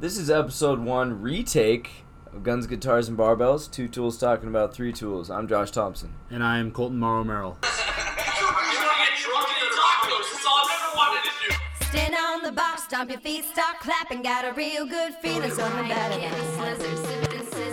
This is episode one retake of Guns, Guitars, and Barbells. Two tools talking about three tools. I'm Josh Thompson. And I am Colton Morrow Merrill. You're gonna get drunk and eat tacos. That's all I've ever wanted to do. Stand on the box, stomp your feet, start clapping. Got a real good feeling, something better. than this.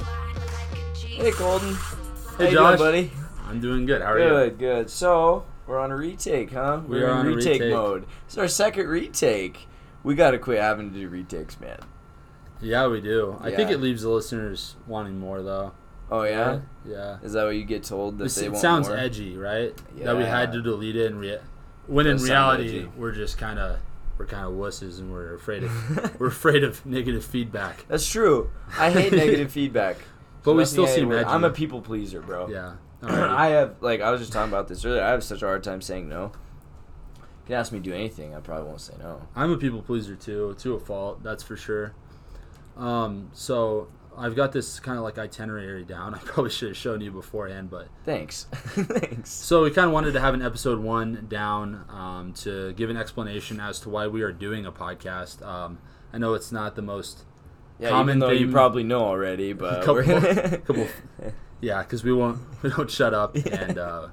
Hey, Colton. Hey, How you Josh. doing, buddy? I'm doing good. How are you? Good, good. So we're on a retake, huh? We We're are in on a retake, retake. mode. It's our second retake. We gotta quit having to do retakes, man. Yeah, we do. I think Yeah. it leaves the listeners wanting more, though. Oh yeah, Yeah. is that what you get told that This, they it want sounds more? edgy, right? That we had Yeah. to delete it, and re- when in does sound reality edgy. we're just kind of we're kind of wusses, and we're afraid of we're afraid of negative feedback. That's true. I hate negative feedback. But we Nothing still I hate seem with- edgy. I'm a people pleaser, bro. yeah. Alrighty. I have like I was just talking about this earlier. I have such a hard time saying no. You can ask me to do anything, I probably won't say no. I'm a people pleaser too, to a fault, that's for sure. Um, so I've got this kind of like itinerary down. I probably should have shown you beforehand, but Thanks, thanks. so we kind of wanted to have an episode one down um, to give an explanation as to why we are doing a podcast. Um, I know it's not the most Yeah, even Common though you theme. probably know already, but Couple- we're- couple- yeah, because we won't we don't shut up and uh,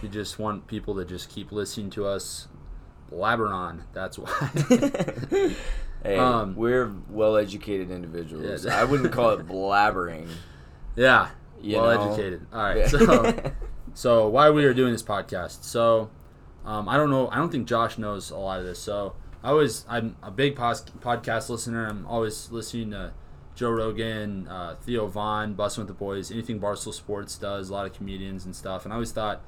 we just want people to just keep listening to us blabber on. That's why. Hey, Um, we're well-educated individuals. Yeah. I wouldn't call it blabbering. yeah, You well know? educated. All right, so. So why we are doing this podcast? So um, I don't know. I don't think Josh knows a lot of this. So I always I'm a big pos- podcast listener. I'm always listening to Joe Rogan, uh, Theo Vaughn, Bustin' with the Boys, anything Barstool Sports does, a lot of comedians and stuff. And I always thought,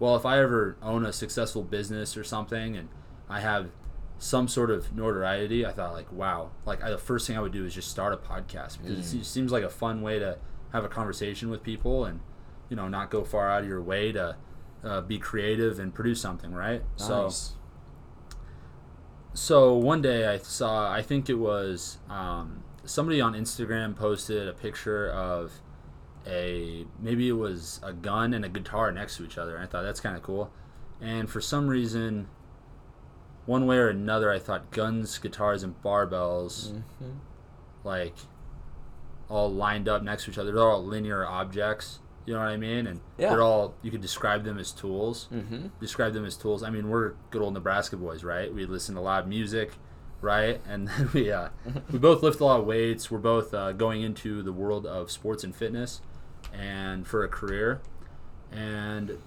well, if I ever own a successful business or something, and I have some sort of notoriety, I thought like, wow, like I, the first thing I would do is just start a podcast because it se- seems like a fun way to have a conversation with people and you know not go far out of your way to uh, be creative and produce something, right? So Nice. so one day I saw, I think it was um, somebody on Instagram posted a picture of a maybe it was a gun and a guitar next to each other. And I thought that's kind of cool. And for some reason, one way or another, I thought guns, guitars, and barbells, like all lined up next to each other. They're all linear objects. You know what I mean? And Yeah. they're all you could describe them as tools Mhm. describe them as tools. I mean, we're good old Nebraska boys, right? We listen to loud music, right? And then we uh, we both lift a lot of weights. We're both uh, going into the world of sports and fitness, and for a career. And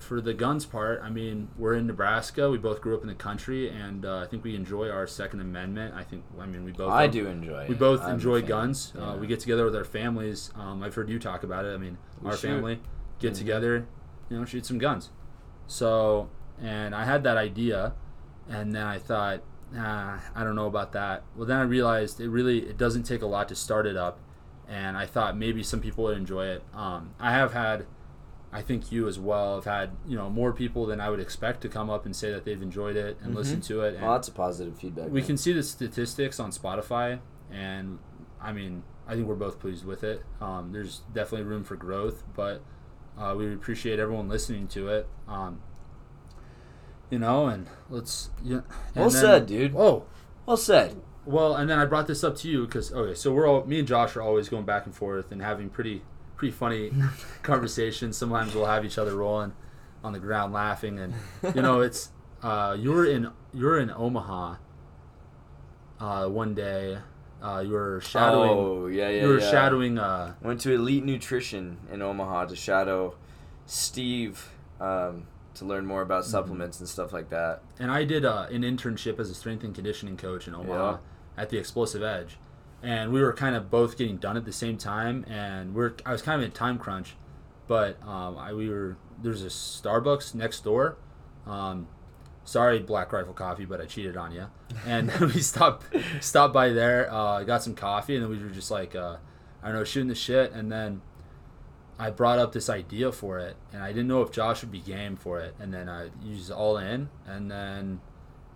for the guns part, I mean, we're in Nebraska. We both grew up in the country, and uh, I think we enjoy our Second Amendment. I think, I mean, we both I do enjoy. we it. both I'm a enjoy fan. guns. Yeah. Uh, we get together with our families. Um, I've heard you talk about it. I mean, We Mm-hmm. our shoot. family get together, you know, shoot some guns. So, and I had that idea, and then I thought, ah, I don't know about that. Well, then I realized it really it doesn't take a lot to start it up, and I thought maybe some people would enjoy it. Um, I have had. I think you as well have had you know more people than I would expect to come up and say that they've enjoyed it and listened to it. And Mm-hmm. Well, that's a positive feedback. we man. can see the statistics on Spotify, and I mean, I think we're both pleased with it. Um, there's definitely room for growth, but uh, we appreciate everyone listening to it. Um, you know, and let's. Yeah, and Well said, dude. Oh, Well said. well, and then I brought this up to you because okay, so we're all me and Josh are always going back and forth and having pretty pretty funny conversations. Sometimes we'll have each other rolling on the ground laughing, and you know it's uh, you're in you're in Omaha. Uh, one day, uh, you were shadowing Oh yeah, yeah. you were yeah. shadowing uh, Went to Elite Nutrition in Omaha to shadow Steve um, to learn more Mhm. about supplements and stuff like that. and I did uh, an internship as a strength and conditioning coach in Omaha Yeah. at the Explosive Edge, and we were kind of both getting done at the same time, and we're I was kind of in a time crunch, but um, I we were there's a Starbucks next door. Um, sorry, Black Rifle Coffee, but I cheated on you, and we stopped stopped by there, uh, got some coffee, and then we were just like uh, I don't know shooting the shit, and then. I brought up this idea for it, and I didn't know if Josh would be game for it. And then I used all in, and then,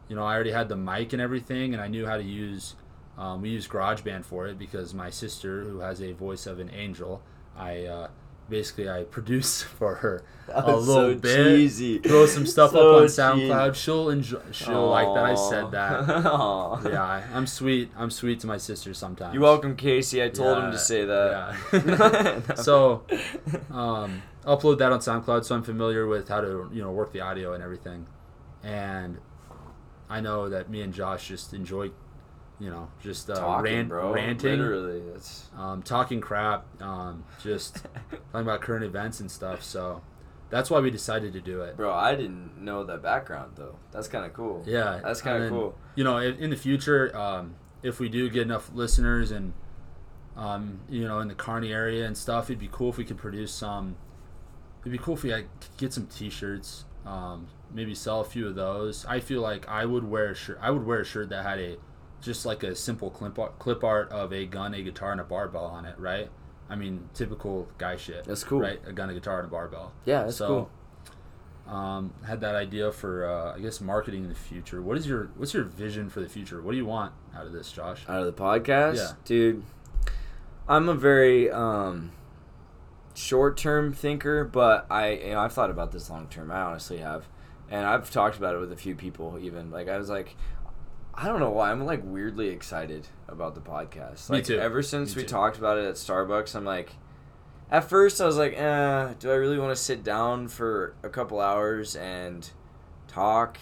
you know, I already had the mic and everything, and I knew how to use Um, we use GarageBand for it because my sister, who has a voice of an angel, I uh, basically I produce for her That a was little so bit. cheesy. Throw some stuff So up on cheesy. SoundCloud. She'll enjoy. She'll like that I said that. Aw. Yeah, I, I'm sweet. I'm sweet to my sister sometimes. You welcome Casey. I told him Yeah, to say that. yeah. No. So, um, upload that on SoundCloud, so I'm familiar with how to you know work the audio and everything. And I know that me and Josh just enjoy, you know, just uh, talking, rant, bro. ranting, Literally, it's um, talking crap, um, just talking about current events and stuff. So that's why we decided to do it. bro. I didn't know that background though. That's kind of cool. Yeah, that's kind of and then, cool. You know, in, in the future, um, if we do get enough listeners and um, you know, in the Kearney area and stuff, it'd be cool if we could produce some. It'd be cool if we like, could get some T-shirts. Um, maybe sell a few of those. I feel like I would wear a shirt. I would wear a shirt that had a just like a simple clip art, clip art of a gun, a guitar, and a barbell on it. Right? I mean, typical guy shit. That's cool. Right? A gun, a guitar, and a barbell Yeah, that's cool. um, had that idea for uh, I guess marketing in the future. What is your what's your vision for the future? What do you want out of this, Josh? Out of the podcast, Yeah. dude. I'm a very um, short-term thinker, but I you know, I've thought about this long-term. I honestly have, and I've talked about it with a few people. Even like I was like, I don't know why I'm like weirdly excited about the podcast. Me Like too. ever since Me we too. talked about it at Starbucks, I'm like, at first I was like, eh, do I really want to sit down for a couple hours and talk?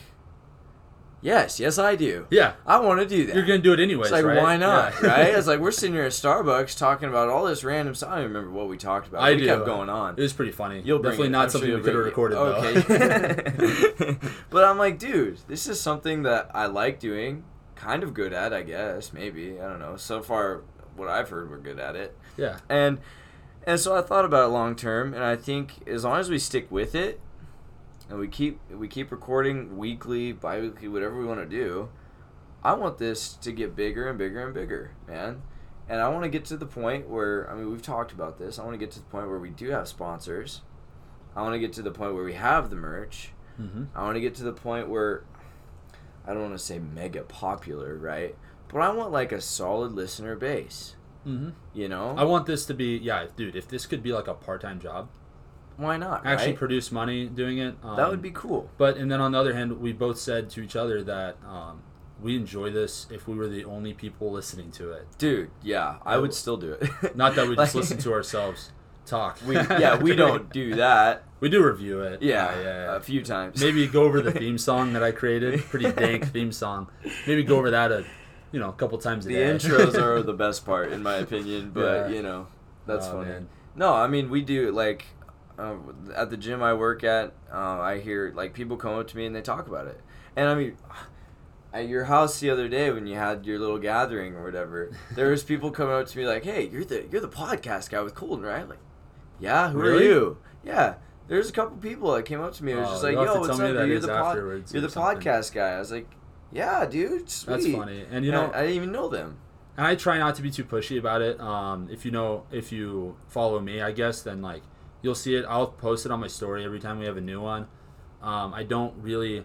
Yes, yes I do. Yeah, I want to do that. you're gonna do it anyways. It's like, right? why not? Yeah. right? It's like we're sitting here at Starbucks talking about all this random stuff. I don't even remember what we talked about. I we do. kept going on. It was pretty funny. You'll bring definitely it. not I'm sure something you'll we could have bring recorded it. though. Okay. but I'm like, dude, this is something that I like doing, kind of good at, I guess. Maybe I don't know. So far, what I've heard, we're good at it. yeah, And and so I thought about it long term, and I think as long as we stick with it, and we keep we keep recording weekly, biweekly, whatever we want to do, I want this to get bigger and bigger and bigger, man. And I want to get to the point where I mean we've talked about this. I want to get to the point where we do have sponsors. I want to get to the point where we have the merch. hmm I want to get to the point where I don't want to say mega popular, right? But I want like a solid listener base. hmm You know, I want this to be yeah, dude. If this could be like a part time job, why not? actually right? produce money doing it. Um, That would be cool. But and then on the other hand, we both said to each other that um, we enjoy this if we were the only people listening to it. Dude, yeah, I would still do it. Not that we just Like- listen to ourselves talk. We, yeah, we don't do that. We do review it. Uh, Yeah, yeah. yeah. a few times. Maybe go over the theme song that I created. Pretty dank theme song. Maybe go over that a, you know, a couple times a the day. intros are the best part, in my opinion. But Yeah. you know, that's Oh, funny. man. No, I mean we do like uh, at the gym I work at. Uh, I hear like people come up to me and they talk about it. And I mean, at your house the other day when you had your little gathering or whatever, there was people coming up to me like, "Hey, you're the you're the podcast guy with Colton, right?" Like, yeah, who Really? are you? Yeah. There's a couple people that came up to me. and was Oh, just like, you'll have "Yo, to what's tell up? me who that You're is the, pod- afterwards you're or the something." podcast guy." I was like, "Yeah, dude, sweet." That's funny. And you And I- know, I, didn't even know them. and I try not to be too pushy about it. Um, if you know, if you follow me, I guess then like you'll see it. I'll post it on my story every time we have a new one. Um, I don't really,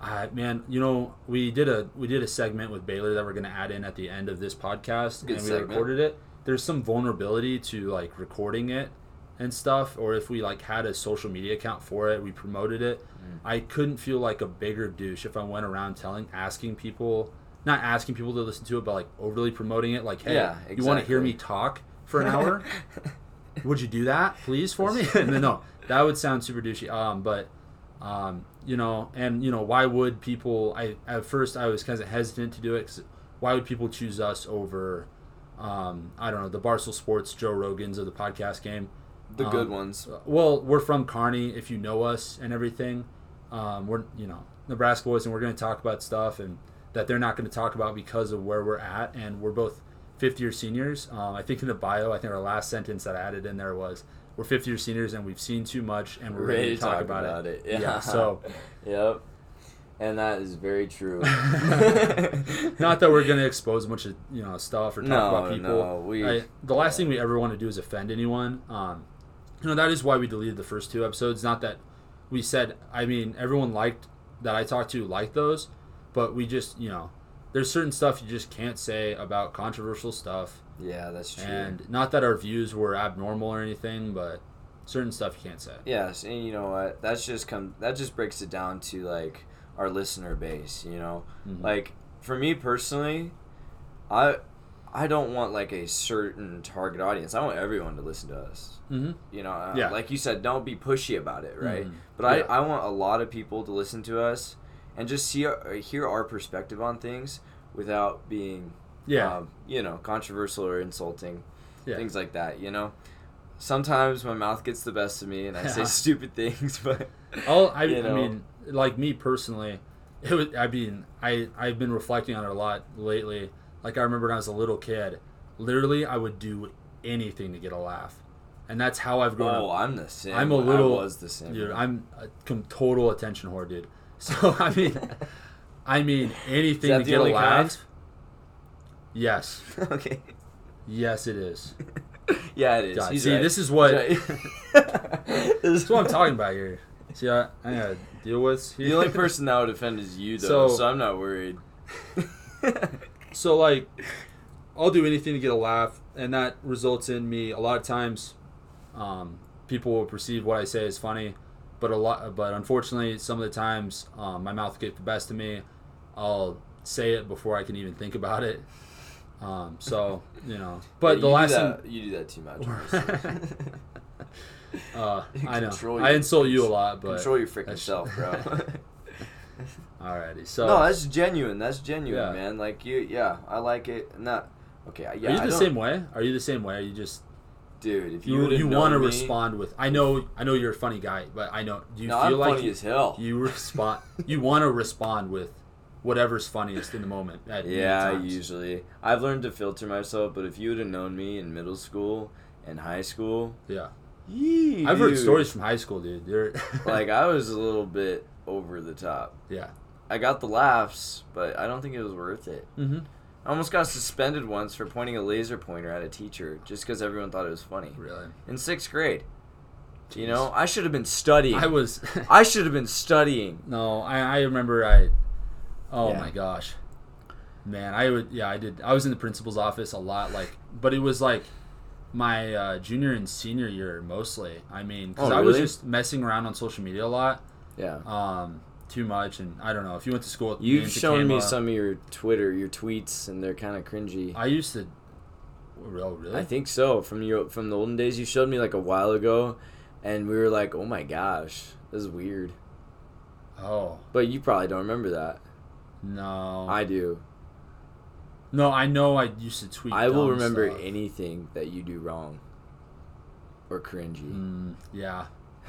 I man, you know, we did a we did a segment with Baylor that we're gonna add in at the end of this podcast, Good and we segment. recorded it. There's some vulnerability to like recording it and stuff, or if we like had a social media account for it, we promoted it. Mm. I couldn't feel like a bigger douche if I went around telling, asking people, not asking people to listen to it, but like overly promoting it. Like, hey, Yeah, you want to hear exactly. me talk for an hour? Would you do that, please, for me? no, no, that would sound super douchey. Um, but, um, you know, and you know, why would people? I at first I was kind of hesitant to do it. 'cause why would people choose us over? Um, I don't know the Barstool Sports Joe Rogans of the podcast game. The good Um, ones. Well, we're from Kearney. If you know us and everything, um, we're you know Nebraska boys, and we're going to talk about stuff and that they're not going to talk about because of where we're at, and we're both fifth year seniors. Um, I think in the bio, I think our last sentence that I added in there was, "We're fifth year seniors, and we've seen too much, and we're ready to talk, about, it." Yeah. So Yep. And that is very true. not that we're going to expose a bunch of you know stuff or talk No, about people. no, we- I- the last thing we ever want to do is offend anyone. Um, you know that is why we deleted the first two episodes. Not that we said. I mean, everyone liked that I talked to liked those, but we just you know there's certain stuff you just can't say about controversial stuff. Yeah, that's true. And not that our views were abnormal or anything, but certain stuff you can't say. Yes, and you know what? That's just come. That just breaks it down to like our listener base. You know, Mhm. like for me personally, I I don't want like a certain target audience. I want everyone to listen to us. Mm-hmm. You know, uh, Yeah. like you said, don't be pushy about it, right? Mhm. But Yeah. I, I want a lot of people to listen to us and just see our, hear our perspective on things without being Yeah. um, you know, controversial or insulting, Yeah. things like that. You know, sometimes my mouth gets the best of me and I say Yeah. stupid things, but Oh, I, you know. I mean, like me personally, it was, I mean, I I've been reflecting on it a lot lately. Like I remember when I was a little kid, literally I would do anything to get a laugh, and that's how I've grown oh, up. I'm the same. I'm a little I was the same. Dude, I'm a com- total attention whore, dude. So I mean, I mean anything that to the get a only laugh. kind? Yes, okay. yes, it is. Yeah, it is. God, He's see, right. this is what He's this right. is what I'm talking about here. See, I, I gotta deal with The only person that would offend is you, though, So- so, I'm not worried. So like, I'll do anything to get a laugh, and that results in me a lot of times. Um, people will perceive what I say as funny, but a lot, but unfortunately, some of the times um, my mouth gets the best of me. I'll say it before I can even think about it. Um, so you know, but Yeah, the you last do thing that, you do that too much. honestly. uh, I know Control I your- insult you a lot, but Control your freaking that's- self, bro. Alrighty, so No, that's genuine. That's genuine, Yeah. man. Like you, yeah, I like it. Not okay. I- Yeah, are you I the don't- same way? Are you the same way? Are you just dude? If you you you want to want respond with I know I know you're a funny guy, but I know do you no, feel I'm like funny you, as hell. respond you want to respond with whatever's funniest in the moment. At any yeah, times. usually I've learned to filter myself. But if you would have known me in middle school and high school, yeah. yee, I've heard dude. stories from high school, dude. They're like I was a little bit over the top. yeah, I got the laughs, but I don't think it was worth it. mm-hmm. I almost got suspended once for pointing a laser pointer at a teacher just because everyone thought it was funny really. in sixth grade. You Jeez. know, I should have been studying. I was I should have been studying. no, I I remember I oh Yeah. my gosh, man, I would yeah I did I was in the principal's office a lot like but it was like. My uh, junior and senior year, mostly. I mean, because Oh, I was really? just messing around on social media a lot, Yeah. um, too much, and I don't know. If you went to school, with me You've and shown me Takema, some of your Twitter, your tweets, and they're kind of cringy. I used to. Oh, really? I think so. From your from the olden days, you showed me like a while ago, and we were like, "Oh my gosh, this is weird." Oh But you probably don't remember that. no. I do. no, I know. I used to tweet. I will dumb remember stuff. anything that you do wrong or cringy. Mm, yeah,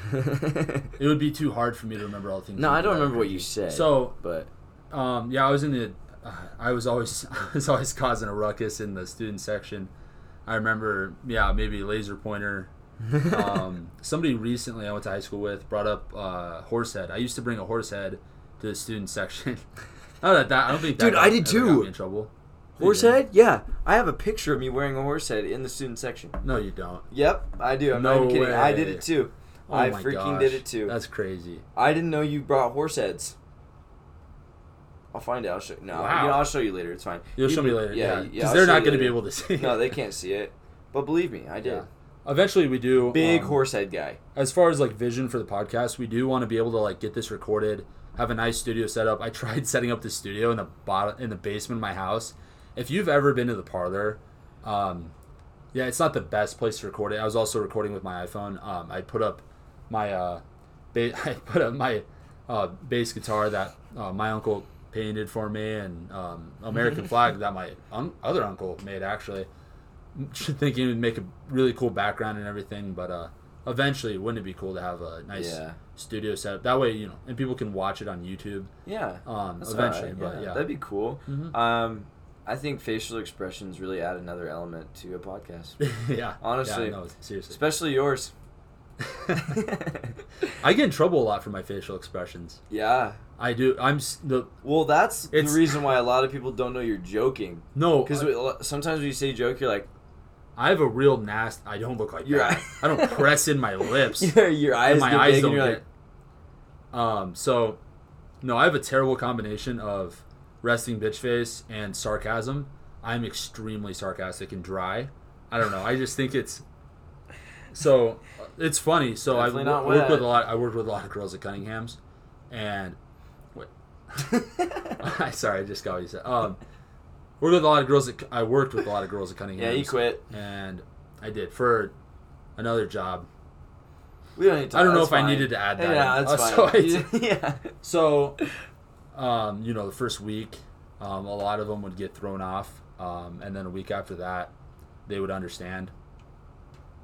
Mm. it would be too hard for me to remember all the things. no, you I don't did. remember what you said. So, but um, yeah, I was in the. Uh, I was always, I was always causing a ruckus in the student section. I remember, yeah, maybe laser pointer. um, somebody recently I went to high school with brought up uh, horse head. I used to bring a horse head to the student section. Not that, that I don't think that Dude, got- I did ever got too. me in trouble. No, you horse didn't. head? Yeah, I have a picture of me wearing a horse head in the student section. No, you don't. Yep, I do. I'm not No even kidding. I did way. it too. Oh I my freaking gosh. did it too. That's crazy. I didn't know you brought horse heads. I'll find out. I'll show, no, Wow. you know, I'll show you later. It's fine. You'll You show me be- later. Yeah, because I'll they're show not you going to be later. able to see. No, it. they can't see it. But believe me, I did. Yeah. Eventually, we do. Big um, horse head guy. As far as like vision for the podcast, we do want to be able to like get this recorded. Have a nice studio set up. I tried setting up the studio in the bottom in the basement of my house. If you've ever been to the parlor, um, yeah, it's not the best place to record it. I was also recording with my iPhone. Um, I put up my uh, ba- I put up my uh, bass guitar that uh, my uncle painted for me, and um, American flag that my un- other uncle made actually. Thinking it would make a really cool background and everything, but uh, eventually, wouldn't it be cool to have a nice Yeah. studio setup? That way, you know, and people can watch it on YouTube. Yeah. Um, That's eventually, alright, but yeah, Mm-hmm. that'd be cool. Um, I think facial expressions really add another element to a podcast, yeah. Honestly. yeah, no, seriously, especially yours. I get in trouble a lot for my facial expressions. yeah. I do. I'm s- the Well, that's It's- the reason why a lot of people don't know you're joking. no uh, Because sometimes when you say joke, you're like, I have a real nasty. I don't look like Your that. eye- I don't press in my lips. your, your eyes and my get eyes big, don't and you're get. like, Um. So, no, I have a terrible combination of resting bitch face and sarcasm. I'm extremely sarcastic and dry. I don't know. I just think it's so uh, it's funny. So I Definitely not wo- work wet. with a lot. I worked with a lot of girls at Cunningham's, and wait, I sorry, I just got what you said. Um, worked with a lot of girls. At, I worked with a lot of girls at Cunningham's. yeah, you quit. and I did for another job. We don't need to. I don't know that's if I fine. needed to add that Yeah, in. that's Uh, so fine. I- yeah. So, um, you know, the first week, um, a lot of them would get thrown off, um, and then a week after that, they would understand.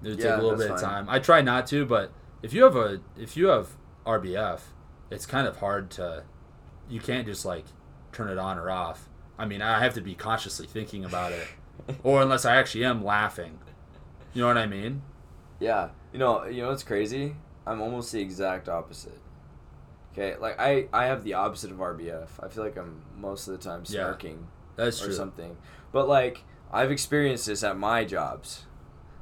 It would Yeah, take a little that's bit of fine. time. I try not to, but if you have a if you have RBF, it's kind of hard to. You can't just like turn it on or off. I mean, I have to be consciously thinking about it, or unless I actually am laughing. You know what I mean? Yeah. You know, you know what's crazy? I'm almost the exact opposite. Okay, like I, I have the opposite of RBF. I feel like I'm most of the time Yeah, snarking That's or true. something. But like I've experienced this at my jobs.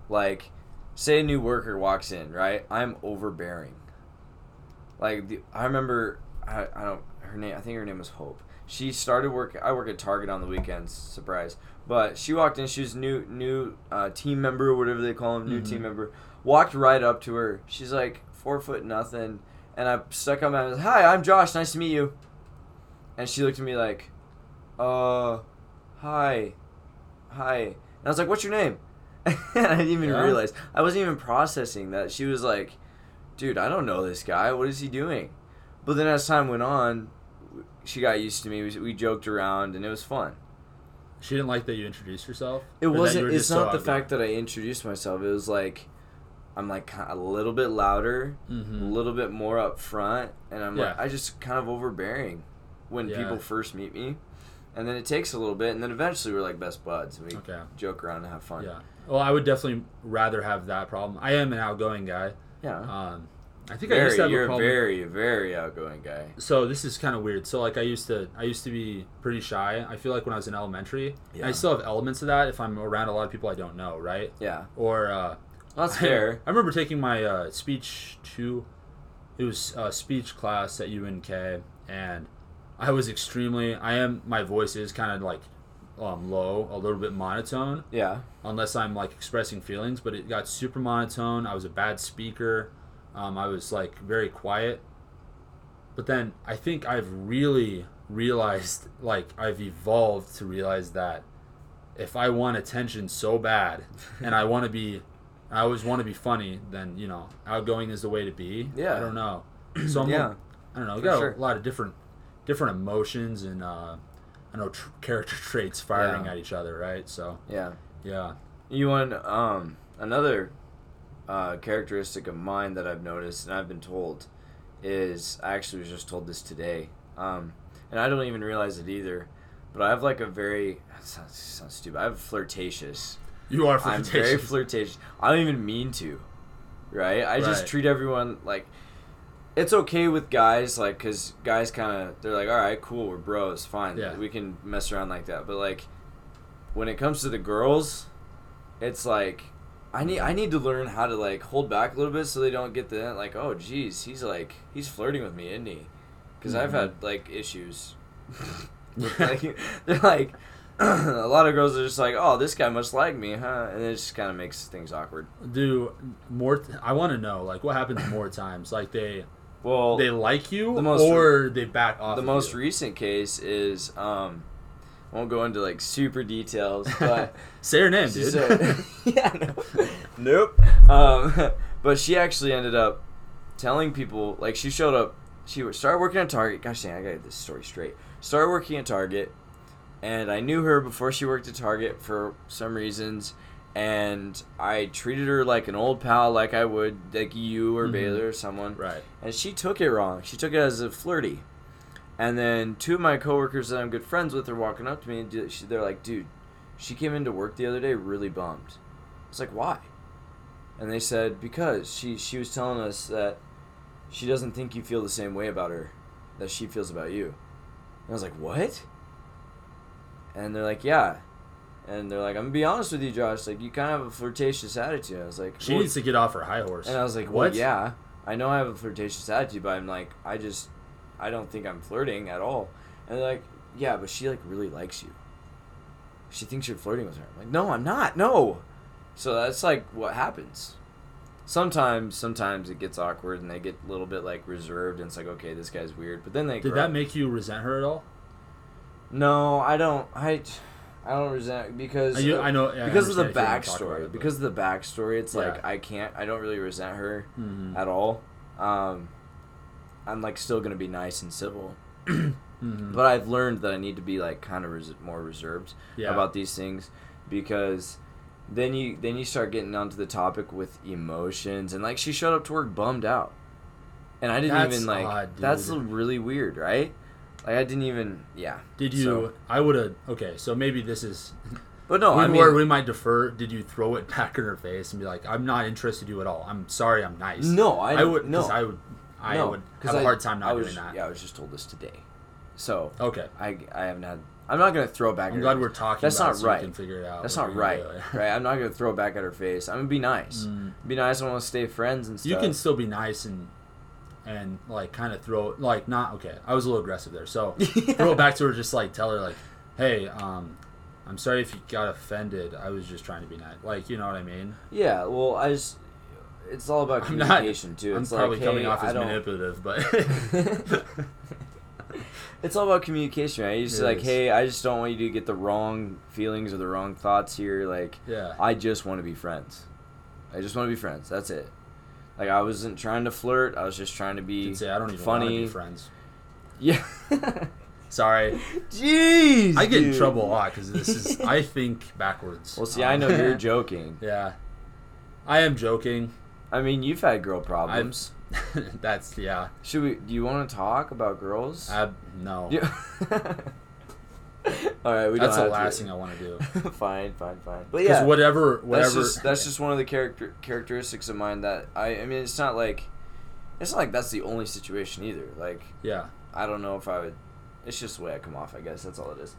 Like say a new worker walks in, right? I'm overbearing. Like the, I remember I, I don't her name I think her name was Hope. She started work I work at Target on the weekends, surprise. But she walked in, she was new new uh, team member or whatever they call them, new Mm-hmm. team member. Walked right up to her. She's like four foot nothing, and I stuck out my hand. Hi, I'm Josh. Nice to meet you. And she looked at me like, uh, hi, hi. And I was like, what's your name? and I didn't even Yeah. realize. I wasn't even processing that. She was like, dude, I don't know this guy. What is he doing? But then as time went on, she got used to me. We, we joked around, and it was fun. She didn't like that you introduced yourself. It or that you wasn't. were It's just so not the outgoing. fact that I introduced myself. It was like, I'm like ki- a little bit louder, Mhm. a little bit more upfront, and I'm like, Yeah. I just kind of overbearing when Yeah. people first meet me, and then it takes a little bit, and then eventually we're like best buds, and we Okay. joke around and have fun. Yeah. Well, I would definitely rather have that problem. I am an outgoing guy. Yeah. Um, I think I very, used to have you're a a problem. very, very outgoing guy. So this is kind of weird. So like I used to, I used to be pretty shy. I feel like when I was in elementary, and Yeah. I still have elements of that if I'm around a lot of people I don't know, right? Yeah, Or uh, that's I- fair. I remember taking my uh, speech two. It was uh, speech class at UNK, and I was extremely. I am. My voice is kind of like um, low, a little bit monotone. Yeah, unless I'm like expressing feelings. But it got super monotone. I was a bad speaker. Um, I was like very quiet. But then I think I've really realized, like, I've evolved to realize that if I want attention so bad and I want to be, I always want to be funny, then, you know, outgoing is the way to be. Yeah. I don't know. So I'm, Yeah. I don't know. We For got sure. a lot of different, different emotions and, uh, I know tr- character traits firing Yeah. at each other, right? So, yeah. yeah. You want um another uh, characteristic of mine that I've noticed and I've been told is I actually was just told this today, um, and I don't even realize it either. But I have like a very that sounds, sounds stupid. I have flirtatious. You are I'm flirtatious. very flirtatious. I don't even mean to, right? I just Right. treat everyone like it's okay with guys, like because guys kind of they're like, all right, cool, we're bros, fine, Yeah. we can mess around like that. But like when it comes to the girls, it's like I need I need to learn how to like hold back a little bit so they don't get the like, oh, geez, he's like he's flirting with me, isn't he? Because I've Mm-hmm. had like issues like they're like a lot of girls are just like, oh, this guy must like me, huh? And it just kind of makes things awkward. Do more? T- I want to know, like, what happens more times? Like they Well, they like you, the most- or they back off. the of most you? recent case is um, I won't go into like super details, but Say her name, dude. she's a- yeah, no. nope. Um, but she actually ended up telling people like she showed up. She wa- started working at Target. Gosh dang, I gotta get this story straight. Started working at Target, and I knew her before she worked at Target for some reasons. And I treated her like an old pal, like I would like you or Baylor or someone. right. And she took it wrong. She took it as a flirty. And then two of my coworkers that I'm good friends with are walking up to me and do- she- they're like, dude, she came into work the other day really bummed. It's like, why? And they said, because she, she was telling us that she doesn't think you feel the same way about her that she feels about you. And I was like, what? And they're like, yeah. And they're like, I'm gonna be honest with you, Josh. Like, you kind of have a flirtatious attitude. I was like, She "Well, needs to get off her high horse. and I was like, well, yeah, I know I have a flirtatious attitude, but I'm like, I just, I don't think I'm flirting at all. And they're like, yeah, but she like really likes you. She thinks you're flirting with her. I'm like, no, I'm not. No. So that's like what happens. Sometimes, sometimes it gets awkward and they get a little bit like reserved and it's like, okay, this guy's weird. But then they Did grow. that make you resent her at all? No, I don't. I, I don't resent because I- you- I know- yeah, I because of the understand if you don't talk about backstory. it, but- because of the backstory, it's like Yeah. I can't. I don't really resent her Mhm. at all. Um, I'm like still gonna be nice and civil, Mhm. but I've learned that I need to be like kind of res- more reserved Yeah. about these things because then you then you start getting onto the topic with emotions and like she showed up to work bummed out, and I didn't That's even like odd, that's dude. really weird, right? Like I didn't even yeah. Did you? so- I would have. Okay, so maybe this is. But no, we, I mean, were- we might defer. Did you throw it back in her face and be like, "I'm not interested in you at all. I'm sorry. I'm nice." No, I- would. no. 'cause I would. I No, would 'cause have a I- hard time I not was, doing that. Yeah, I was just told this today, so Okay. Oh, I I haven't had. I'm not gonna throw back. at I'm her glad face. we're talking. That's about not it so right. We can figure it out. That's what not we're gonna right. do. right, I'm not gonna throw back at her face. I'm gonna be nice. Be nice. I want to stay friends and stuff. Mm. you can still be nice and and like kind of throw like not okay i was a little aggressive there so throw it back to her just like tell her like hey um i'm sorry if you got offended i was just trying to be nice like you know what i mean Yeah. Well, I just. It's all about i'm not communication too. i'm It's probably like, coming hey, off I as don't- manipulative but It's all about communication, right? You just It like, is. hey, I just don't want you to get the wrong feelings or the wrong thoughts here. Like, yeah I just want to be friends. I just want to be friends. That's it. Like I wasn't trying to flirt. I was just trying to You be can say i don't even want to funny. be friends yeah. sorry Jeez. i get in dude. trouble a lot because this is i think backwards Well, see, I know Um, you're joking. yeah i am joking I mean, you've had girl problems. that's yeah Should we? Do you want to talk about girls? I, no Yeah. All right, we that's the don't last have thing i want to do to. fine, fine, fine. But Because yeah, whatever, whatever. that's just that's just one of the character characteristics of mine that I. I mean, it's not like, it's not like that's the only situation either. Like, yeah. I don't know if I would. It's just the way I come off, I guess. That's all it is.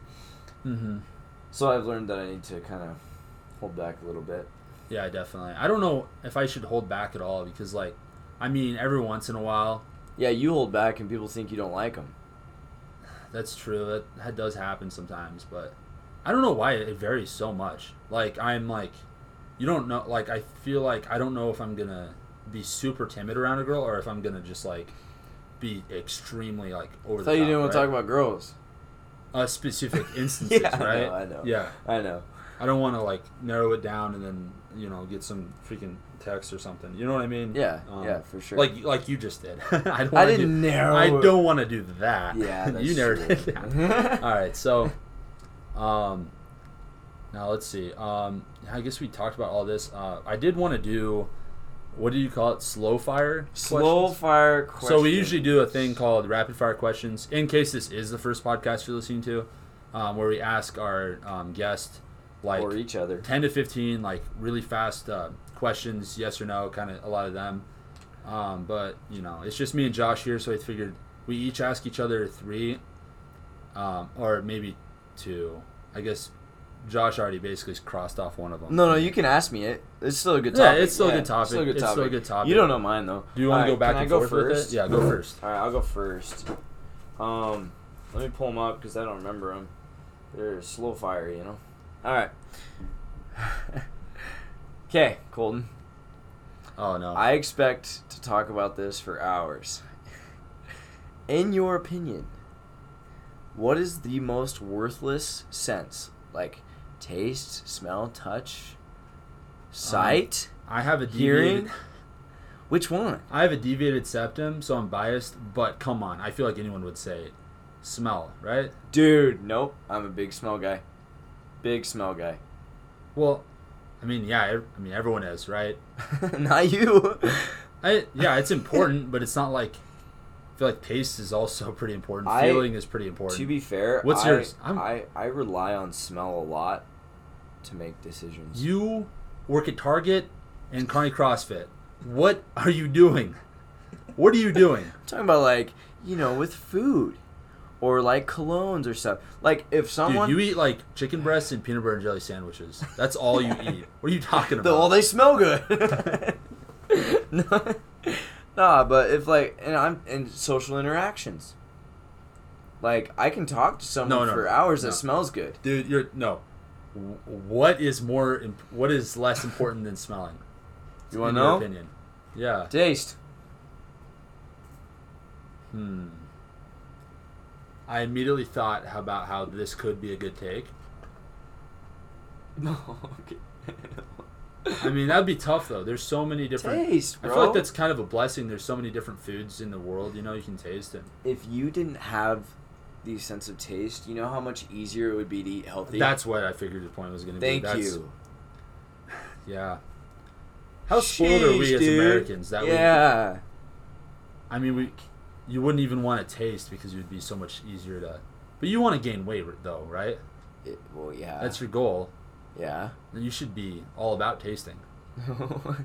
Mm-hmm. So I've learned that I need to kind of hold back a little bit. Yeah, definitely. I don't know if I should hold back at all because, like, I mean, every once in a while, Yeah, you hold back and people think you don't like them. that's true. That that does happen sometimes, but I don't know why it varies so much. Like, I'm like, you don't know. Like, I feel like I don't know if I'm gonna be super timid around a girl or if I'm gonna just like be extremely like over I the thought top. you didn't want right? to talk about girls. uh, specific instances, Yeah, I know, right? I know. Yeah. I know. I don't want to like narrow it down and then you know get some freaking text or something. You know what I mean? Um, Yeah, yeah, for sure. Like like you just did. I don't. I wanna didn't do, narrow I it. don't want to do that. Yeah, that's you narrowed true. it down. All right, so, um, now let's see. Um, I guess we talked about all this. Uh, I did want to do, what do you call it? Slow fire. Slow questions? fire questions. So we usually do a thing called rapid fire questions. In case this is the first podcast you're listening to, um, where we ask our um, guest like or each other. 10 to 15 like really fast uh, questions yes or no kind of a lot of them um, but you know it's just me and josh here so i figured we each ask each other three um, or maybe two i guess josh already basically crossed off one of them No, no, you can ask me it. It's still a good Yeah, topic. it's still a good topic. Still a good It's topic. still a good topic. You don't know mine though. do you want to Alright, go back can and I go forth first? with it yeah go first All right, I'll go first. Um, let me pull them up because I don't remember them. They're slow fire, you know. All right. Okay, Colton. oh no I expect to talk about this for hours. In your opinion, what is the most worthless sense? Like taste, smell, touch, sight, i have a hearing? deviated Which one? i have a deviated septum so i'm biased but come on i feel like anyone would say it. smell right Dude, nope. I'm a big smell guy. Big smell guy. well i mean yeah ev- i mean everyone is right Not you. I, yeah, it's important, but it's not like. I feel like taste is also pretty important. I- Feeling is pretty important. to be fair, What's I, yours? I'm- I, I rely on smell a lot to make decisions. you work at Target and Carney CrossFit. What are you doing? What are you doing? I'm talking about like, you know, with food. Or like colognes or stuff. Like if someone Dude, you eat like chicken breasts and peanut butter and jelly sandwiches. That's all you eat. What are you talking about? The- well, they smell good. no, nah, but if like, and I'm in social interactions. Like I can talk to someone No, no, for hours no. that smells good. dude. You're no. W- What is more? Imp- what is less important than smelling? You want in to your know? opinion? Yeah. Taste. Hmm. I immediately thought about how this could be a good take. No. Oh, okay. I mean, that'd be tough though. There's so many different. taste, I bro. feel like that's kind of a blessing. There's so many different foods in the world. You know, you can taste it. if you didn't have the sense of taste, you know how much easier it would be to eat healthy. That's what I figured your point was going to be. Thank That's- you. Yeah. How spoiled are we Sheesh, as dude. Americans? That we, yeah. I mean, we, you wouldn't even want to taste because it would be so much easier to. But you want to gain weight though, right? It, well, yeah. That's your goal. yeah. Then you should be all about tasting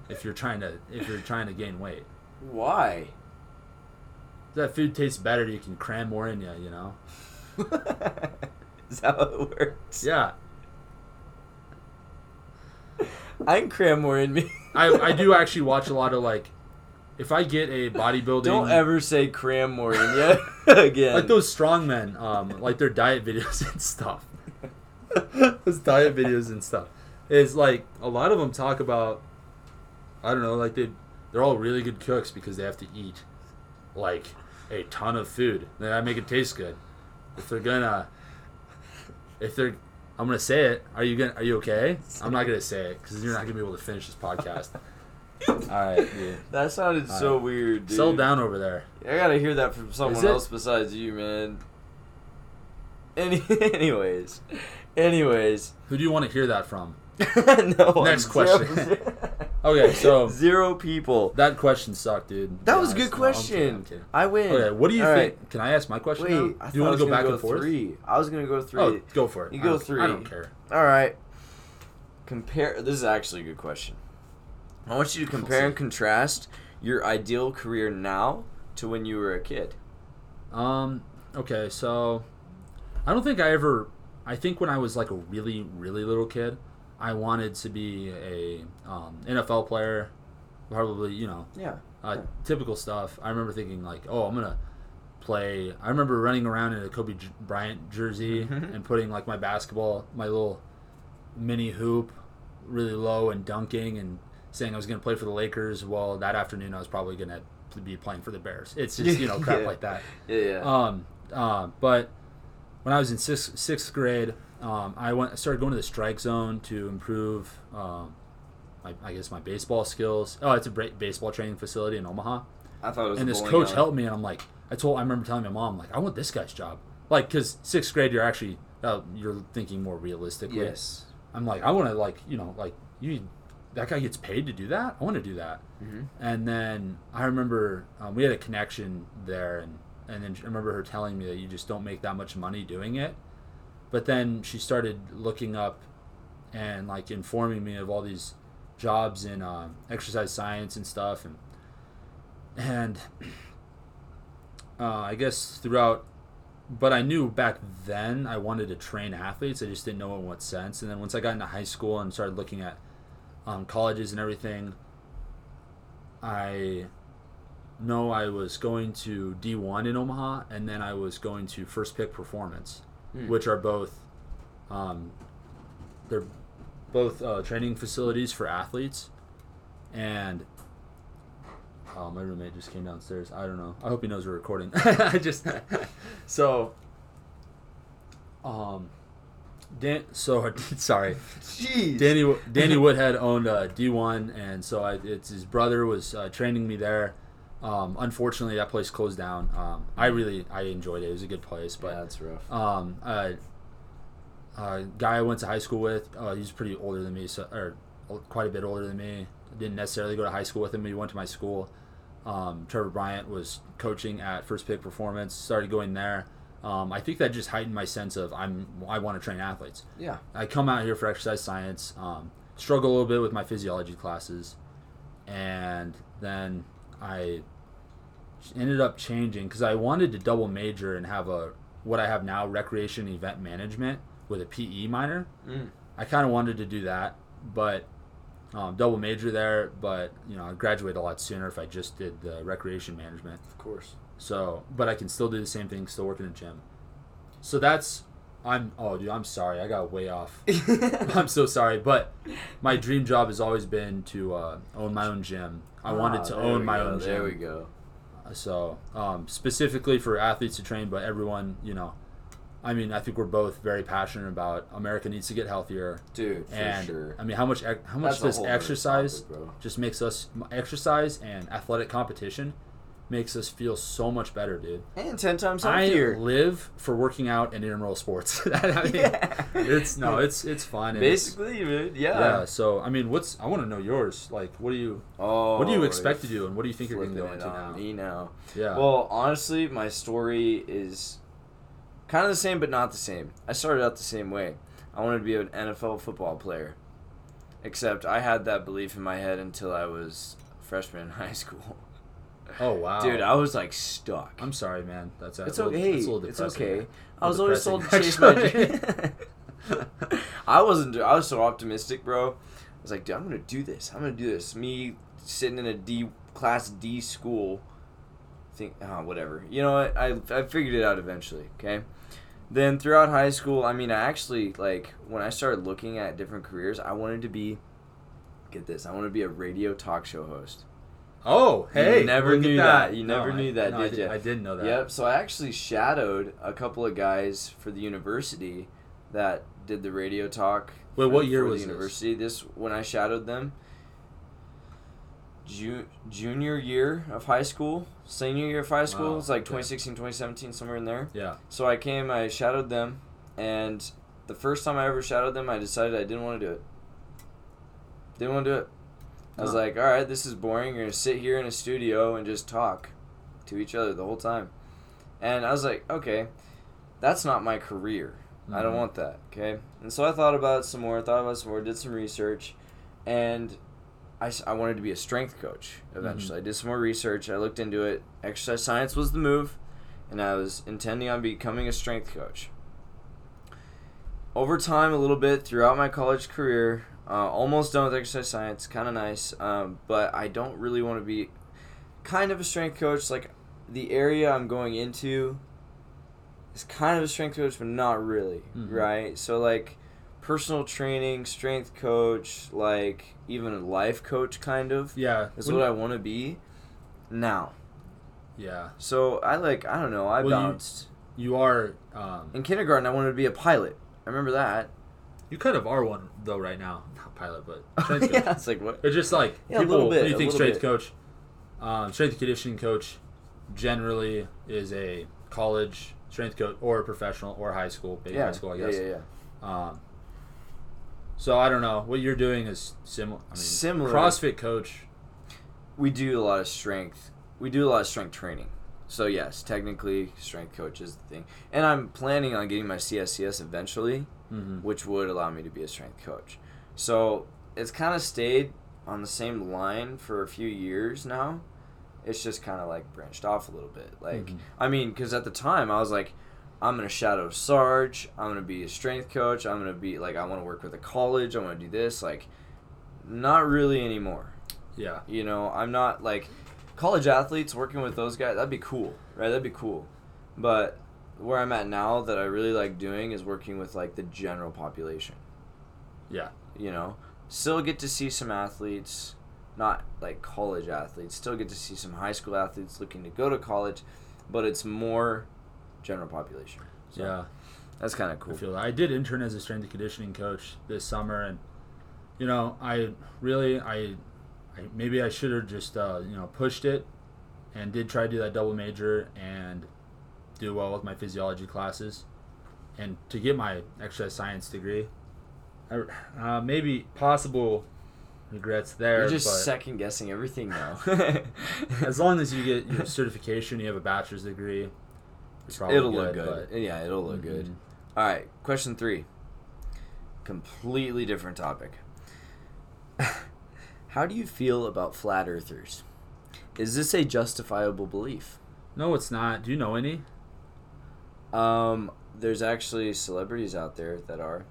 if you're trying to if you're trying to gain weight. Why? If that food tastes better, you can cram more in you. You know. Is that how it works? Yeah. I can cram more in me. I, I do actually watch a lot of like, if I get a bodybuilding, Don't ever say cram more in yet again. like those strongmen, um, like their diet videos and stuff. those diet videos and stuff is like a lot of them talk about, I don't know, like they they're all really good cooks because they have to eat like a ton of food. Then I make it taste good. If they're gonna, if they're, I'm gonna say it. Are you gonna? Are you okay? I'm not gonna say it because you're not gonna be able to finish this podcast. All right, dude. That sounded so weird, dude. Settle down over there. I gotta hear that from someone it- else besides you, man. Any, anyways, anyways. Who do you want to hear that from? no. I'm Next zero- question. Okay, so zero people. that question sucked, dude. That Yeah, was a it's- good no, I'm kidding, I'm question. kidding. I win. Okay, what do you All think? right, Can I ask my question? Wait, now? I do you want to go back and forth? Three. I was gonna go three. Oh, go for it. You I go don't- three. I don't care. All right. Compare. This is actually a good question. I want you to compare and contrast your ideal career now to when you were a kid. Um. Okay, so I don't think I ever. I think when I was like a really, really little kid, I wanted to be a um, NFL player. Probably, you know, Yeah. uh, typical stuff. I remember thinking like, oh, I'm gonna play. I remember running around in a Kobe J- Bryant jersey and putting like my basketball, my little mini hoop, really low and dunking and saying I was gonna play for the Lakers. Well, that afternoon I was probably gonna pl- be playing for the Bears. It's just you know crap Yeah. like that. Yeah. Yeah. Um, uh, but when I was in sixth, sixth grade, um, I went I started going to the strike zone to improve, um, my, I guess my baseball skills. Oh, it's a bra- baseball training facility in Omaha, I thought it was. and a this bowling coach alley. helped me, and I'm like, I told, I remember telling my mom like, I want this guy's job, like, cause sixth grade you're actually uh, you're thinking more realistically. Yes. I'm like, I want to like, you know, like you, that guy gets paid to do that. I want to do that. And then I remember um, we had a connection there, and and then I remember her telling me that you just don't make that much money doing it. But then she started looking up and like informing me of all these jobs in um, exercise science and stuff, and and uh, I guess throughout but I knew back then I wanted to train athletes. I just didn't know in what sense. And then once I got into high school and started looking at um, colleges and everything, I know I was going to D1 in Omaha, and then I was going to First Pick Performance, which are both um, they're both uh, training facilities for athletes. And oh, my roommate just came downstairs. I don't know. I hope he knows we're recording. I just so um Dan so sorry. Jeez. Danny Danny Woodhead owned uh, D1, and so I, it's his brother was uh, training me there. Um, unfortunately, that place closed down. Um, I really I enjoyed it. It was a good place, but Yeah, that's rough. um, uh, uh, guy I went to high school with. Uh, he's pretty older than me, so or quite a bit older than me. Didn't necessarily go to high school with him, but he went to my school. Um, Trevor Bryant was coaching at First Pick Performance. Started going there. Um, I think that just heightened my sense of I'm I want to train athletes. yeah. I come out here for exercise science, um, struggle a little bit with my physiology classes, and then I ended up changing because I wanted to double major and have a what I have now recreation event management with a PE minor. Mm. I kind of wanted to do that, but um, double major there. But you know, I'd graduate a lot sooner if I just did the recreation management. Of course. So, but I can still do the same thing, still work in a gym. So that's I'm oh dude, I'm sorry. I got way off. I'm so sorry, but my dream job has always been to uh, own my own gym. I wanted Ah, to there own we my go, own gym. There we go. So um, specifically for athletes to train, but everyone, you know, I mean, I think we're both very passionate about America needs to get healthier. Dude, for and sure. I mean, how much ex- how much That's a does whole other exercise topic, bro. just makes us exercise and athletic competition makes us feel so much better, dude. And 10 times I healthier. live for working out and intramural sports. I mean, Yeah. It's no, it's it's fun. and it's- Basically, dude. Yeah. yeah. So I mean, what's I want to know yours. Like, what do you Oh. what do you expect to do, and what do you think you're going Flipping it to go into on now? me now. Yeah. Well, honestly, my story is kind of the same, but not the same. I started out the same way. I wanted to be an NFL football player, except I had that belief in my head until I was a freshman in high school. oh wow, Dude, I was like stuck. I'm sorry, man. That's it's a little, okay. That's a little it's depressing. okay. I Little was always told to chase depressing, my dream. I wasn't. I was so optimistic, bro. I was like, dude, I'm gonna do this. I'm gonna do this. Me sitting in a D class D school, think, ah, whatever. You know what? I I figured it out eventually. Okay. Then throughout high school, I mean, I actually like when I started looking at different careers, I wanted to be. Get this. I wanted to be a radio talk show host. Oh, hey, never look at knew that. that. You No, never I- knew that, no, I did ya? I didn't know that. Yep. So I actually shadowed a couple of guys for the university that did the radio talk. Wait, for- what year for was the this? university? This? when I shadowed them. Ju- junior year of high school, senior year of high school, Wow, it's like okay. 2016, 2017, somewhere in there. Yeah. So I came, I shadowed them, and the first time I ever shadowed them, I decided I didn't want to do it. Didn't want to do it. I was Huh. like, all right, this is boring. You're going to sit here in a studio and just talk to each other the whole time. And I was like, okay, that's not my career. I don't Mhm. want that. Okay. And so I thought about it some more, thought about it some more, did some research, and I, s- I wanted to be a strength coach eventually. I did some more research. I looked into it. Exercise science was the move, and I was intending on becoming a strength coach. Over time, a little bit throughout my college career, uh, almost done with exercise science, kind of nice, um, but I don't really want to be kind of a strength coach. Like the area I'm going into is kind of a strength coach, but not really, Mhm. right? So like personal training, strength coach, like even a life coach, kind of Yeah. is Wouldn't- what I want to be now. yeah. So I like I don't know I Well, you- bounced You are. Um, in kindergarten. I wanted to be a pilot. I remember that. you kind of are one though right now. Not pilot, but strength yeah, coach. it's like what? It's just like Yeah, a people. little bit, when you a think little strength bit. coach, um, strength and conditioning coach, generally is a college strength coach or a professional or high school, big Yeah, high school, I yeah, guess. yeah, yeah. Um, so I don't know what you're doing is similar. I mean, Similar. CrossFit coach. We do a lot of strength. We do a lot of strength training. So yes, technically, strength coach is the thing. And I'm planning on getting my CSCS eventually. hmm which would allow me to be a strength coach. So it's kind of stayed on the same line for a few years now. It's just kind of like branched off a little bit. Like, Mhm. I mean, because at the time I was like, I'm going to shadow Sarge. I'm going to be a strength coach. I'm going to be like, I want to work with a college. I want to do this. Like, not really anymore. Yeah. You know, I'm not like college athletes working with those guys. That'd be cool, right? That'd be cool. But where I'm at now that I really like doing is working with like the general population. Yeah. You know, still get to see some athletes, not like college athletes, still get to see some high school athletes looking to go to college, but it's more general population. So Yeah. That's kind of cool. I feel that. I did intern as a strength and conditioning coach this summer, and you know, I really, I, I maybe I should have just uh, you know pushed it, and did try to do that double major and do well with my physiology classes, and to get my exercise science degree. I, uh, maybe possible regrets there. You're just but second guessing everything now. as long as you get your certification, you have a bachelor's degree. you're probably it'll look good. but- Yeah, it'll look good. Mhm. All right, question three. Completely different topic. How do you feel about flat earthers? Is this a justifiable belief? No, it's not. Do you know any? Um, there's actually celebrities out there that are.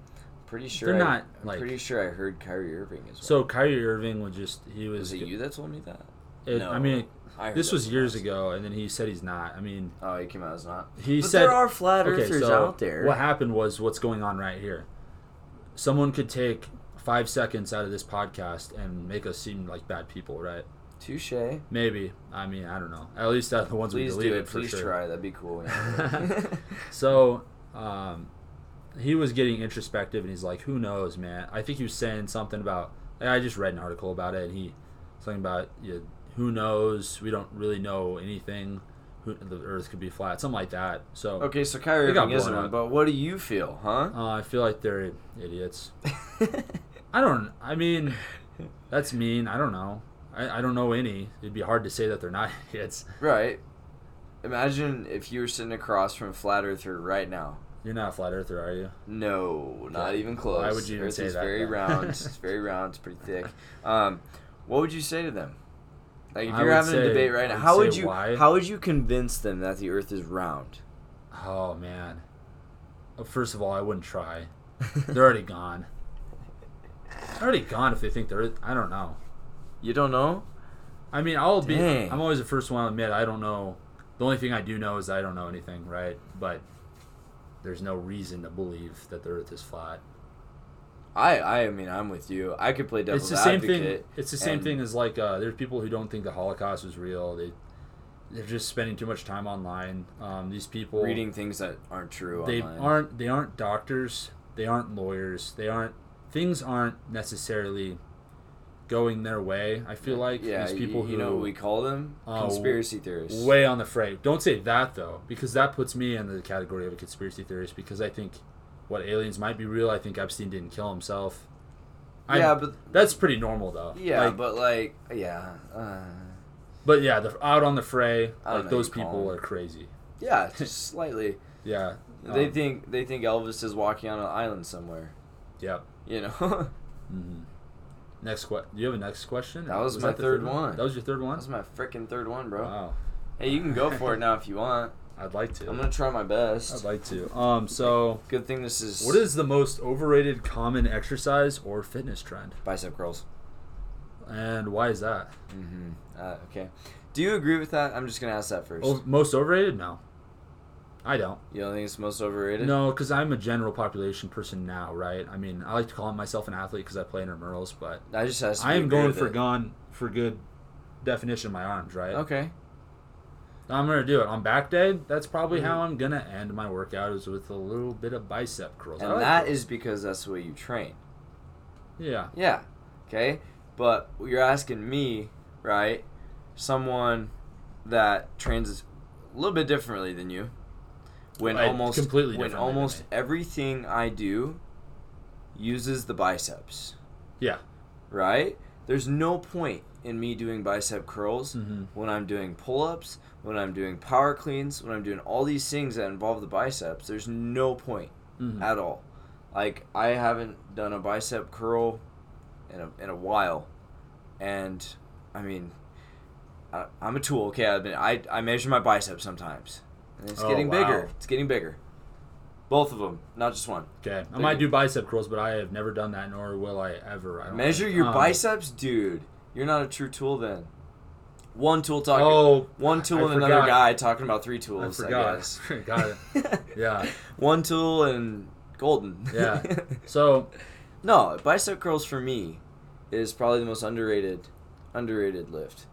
Pretty sure They're I- not, I'm like- pretty sure I heard Kyrie Irving as well. So Kyrie Irving would just he was, was it you that told me that? It, I No. mean, I heard this that was from years Ross. ago, and then he said he's not. I mean, Oh, he came out as not. he but said there are flat Okay, earthers so out there. What happened was what's going on right here. Someone could take five seconds out of this podcast and make us seem like bad people, right? Touche. Maybe. I mean, I don't know. At least that's the ones Please we deleted do it. for Please sure. try. That'd be cool. yeah. So, um, he was getting introspective, and he's like, "Who knows, man?" I think he was saying something about. I just read an article about it, and he something about you know, who knows. We don't really know anything. Who, the Earth could be flat, something like that. So okay, so Kyrie They got Irving isn't blown one, up. but what do you feel, huh? uh, I feel like they're idiots. I don't. I mean, that's mean. I don't know. I, I don't know any. It'd be hard to say that they're not idiots. right. Imagine if you were sitting across from a flat earther right now. You're not a flat earther, are you? No, not Okay. even close. Why would you even Earth say is that, Very then? round. it's very round. It's pretty thick. Um, what would you say to them? Like if I you're would having a say- debate right I now, would how say would you why. how would you convince them that the Earth is round? Oh man. Uh, First of all, I wouldn't try. They're already gone. They're already gone if they think they're. I don't know. You don't know? I mean, I'll be. Dang. I'm always the first one to admit I don't know. The only thing I do know is I don't know anything, right? But there's no reason to believe that the Earth is flat. I I mean I'm with you. I could play devil's it's the same advocate. thing. It's the same and- thing as like uh, there's people who don't think the Holocaust was real. They they're just spending too much time online. Um, these people reading things that aren't true. they online. aren't they aren't doctors they aren't lawyers they aren't things aren't necessarily going their way i feel like yeah, these people you, who you know what we call them Oh, conspiracy theorists. way on the fray don't say that though because that puts me in the category of a conspiracy theorist because i think what aliens might be real i think epstein didn't kill himself I- yeah, but that's pretty normal though yeah, Like, but like yeah, uh, but yeah the out on the fray I don't like know, those you call people them. are crazy yeah, just slightly. yeah they um, think they think Elvis is walking on an island somewhere. yep You know, hmm next question do you have a next question That was my the third one. that was your third one that's my freaking third one, bro. Wow, Hey, you can go for it now if you want. I'd like to. I'm gonna try my I'd best. like to. Um, so Good thing this is what is the most overrated common exercise or fitness trend, bicep curls. and why is that? Mm-hmm. Uh, okay. Do you agree with that? I'm just gonna ask that first. O- most overrated? No, I don't. You don't think it's most overrated? No, because I'm a general population person now, right? I mean, I like to call myself an athlete because I play intramurals, but I just asked. if I you am agree going with for it. gone for good definition of my arms, right? Okay. I'm gonna do it on back day. That's probably Mm-hmm. how I'm gonna end my workout is with a little bit of bicep curls. I And like that those. is because that's the way you train. yeah. Yeah. Okay. But you're asking me, right? Someone that trains a little bit differently than you. When Right, almost completely when differently than almost me. everything I do uses the biceps, Yeah. right? There's no point in me doing bicep curls Mhm. when I'm doing pull-ups, when I'm doing power cleans, when I'm doing all these things that involve the biceps. There's no point Mhm. at all. Like I haven't done a bicep curl in a in a while, and I mean, I, I'm a tool. Okay, I've been I I measure my biceps sometimes, and it's Oh, getting wow. bigger. It's getting bigger. Both of them, not just one. Okay, I Thank might you. do bicep curls, but I have never done that, nor will I ever. I don't Measure think. your Um, biceps, dude. You're not a true tool then. One tool talking. Oh, One I- tool I and another forgot. guy talking about three I tools. I, forgot. Got it. guess. Yeah, one tool and golden. yeah. So No, bicep curls for me is probably the most underrated, underrated lift.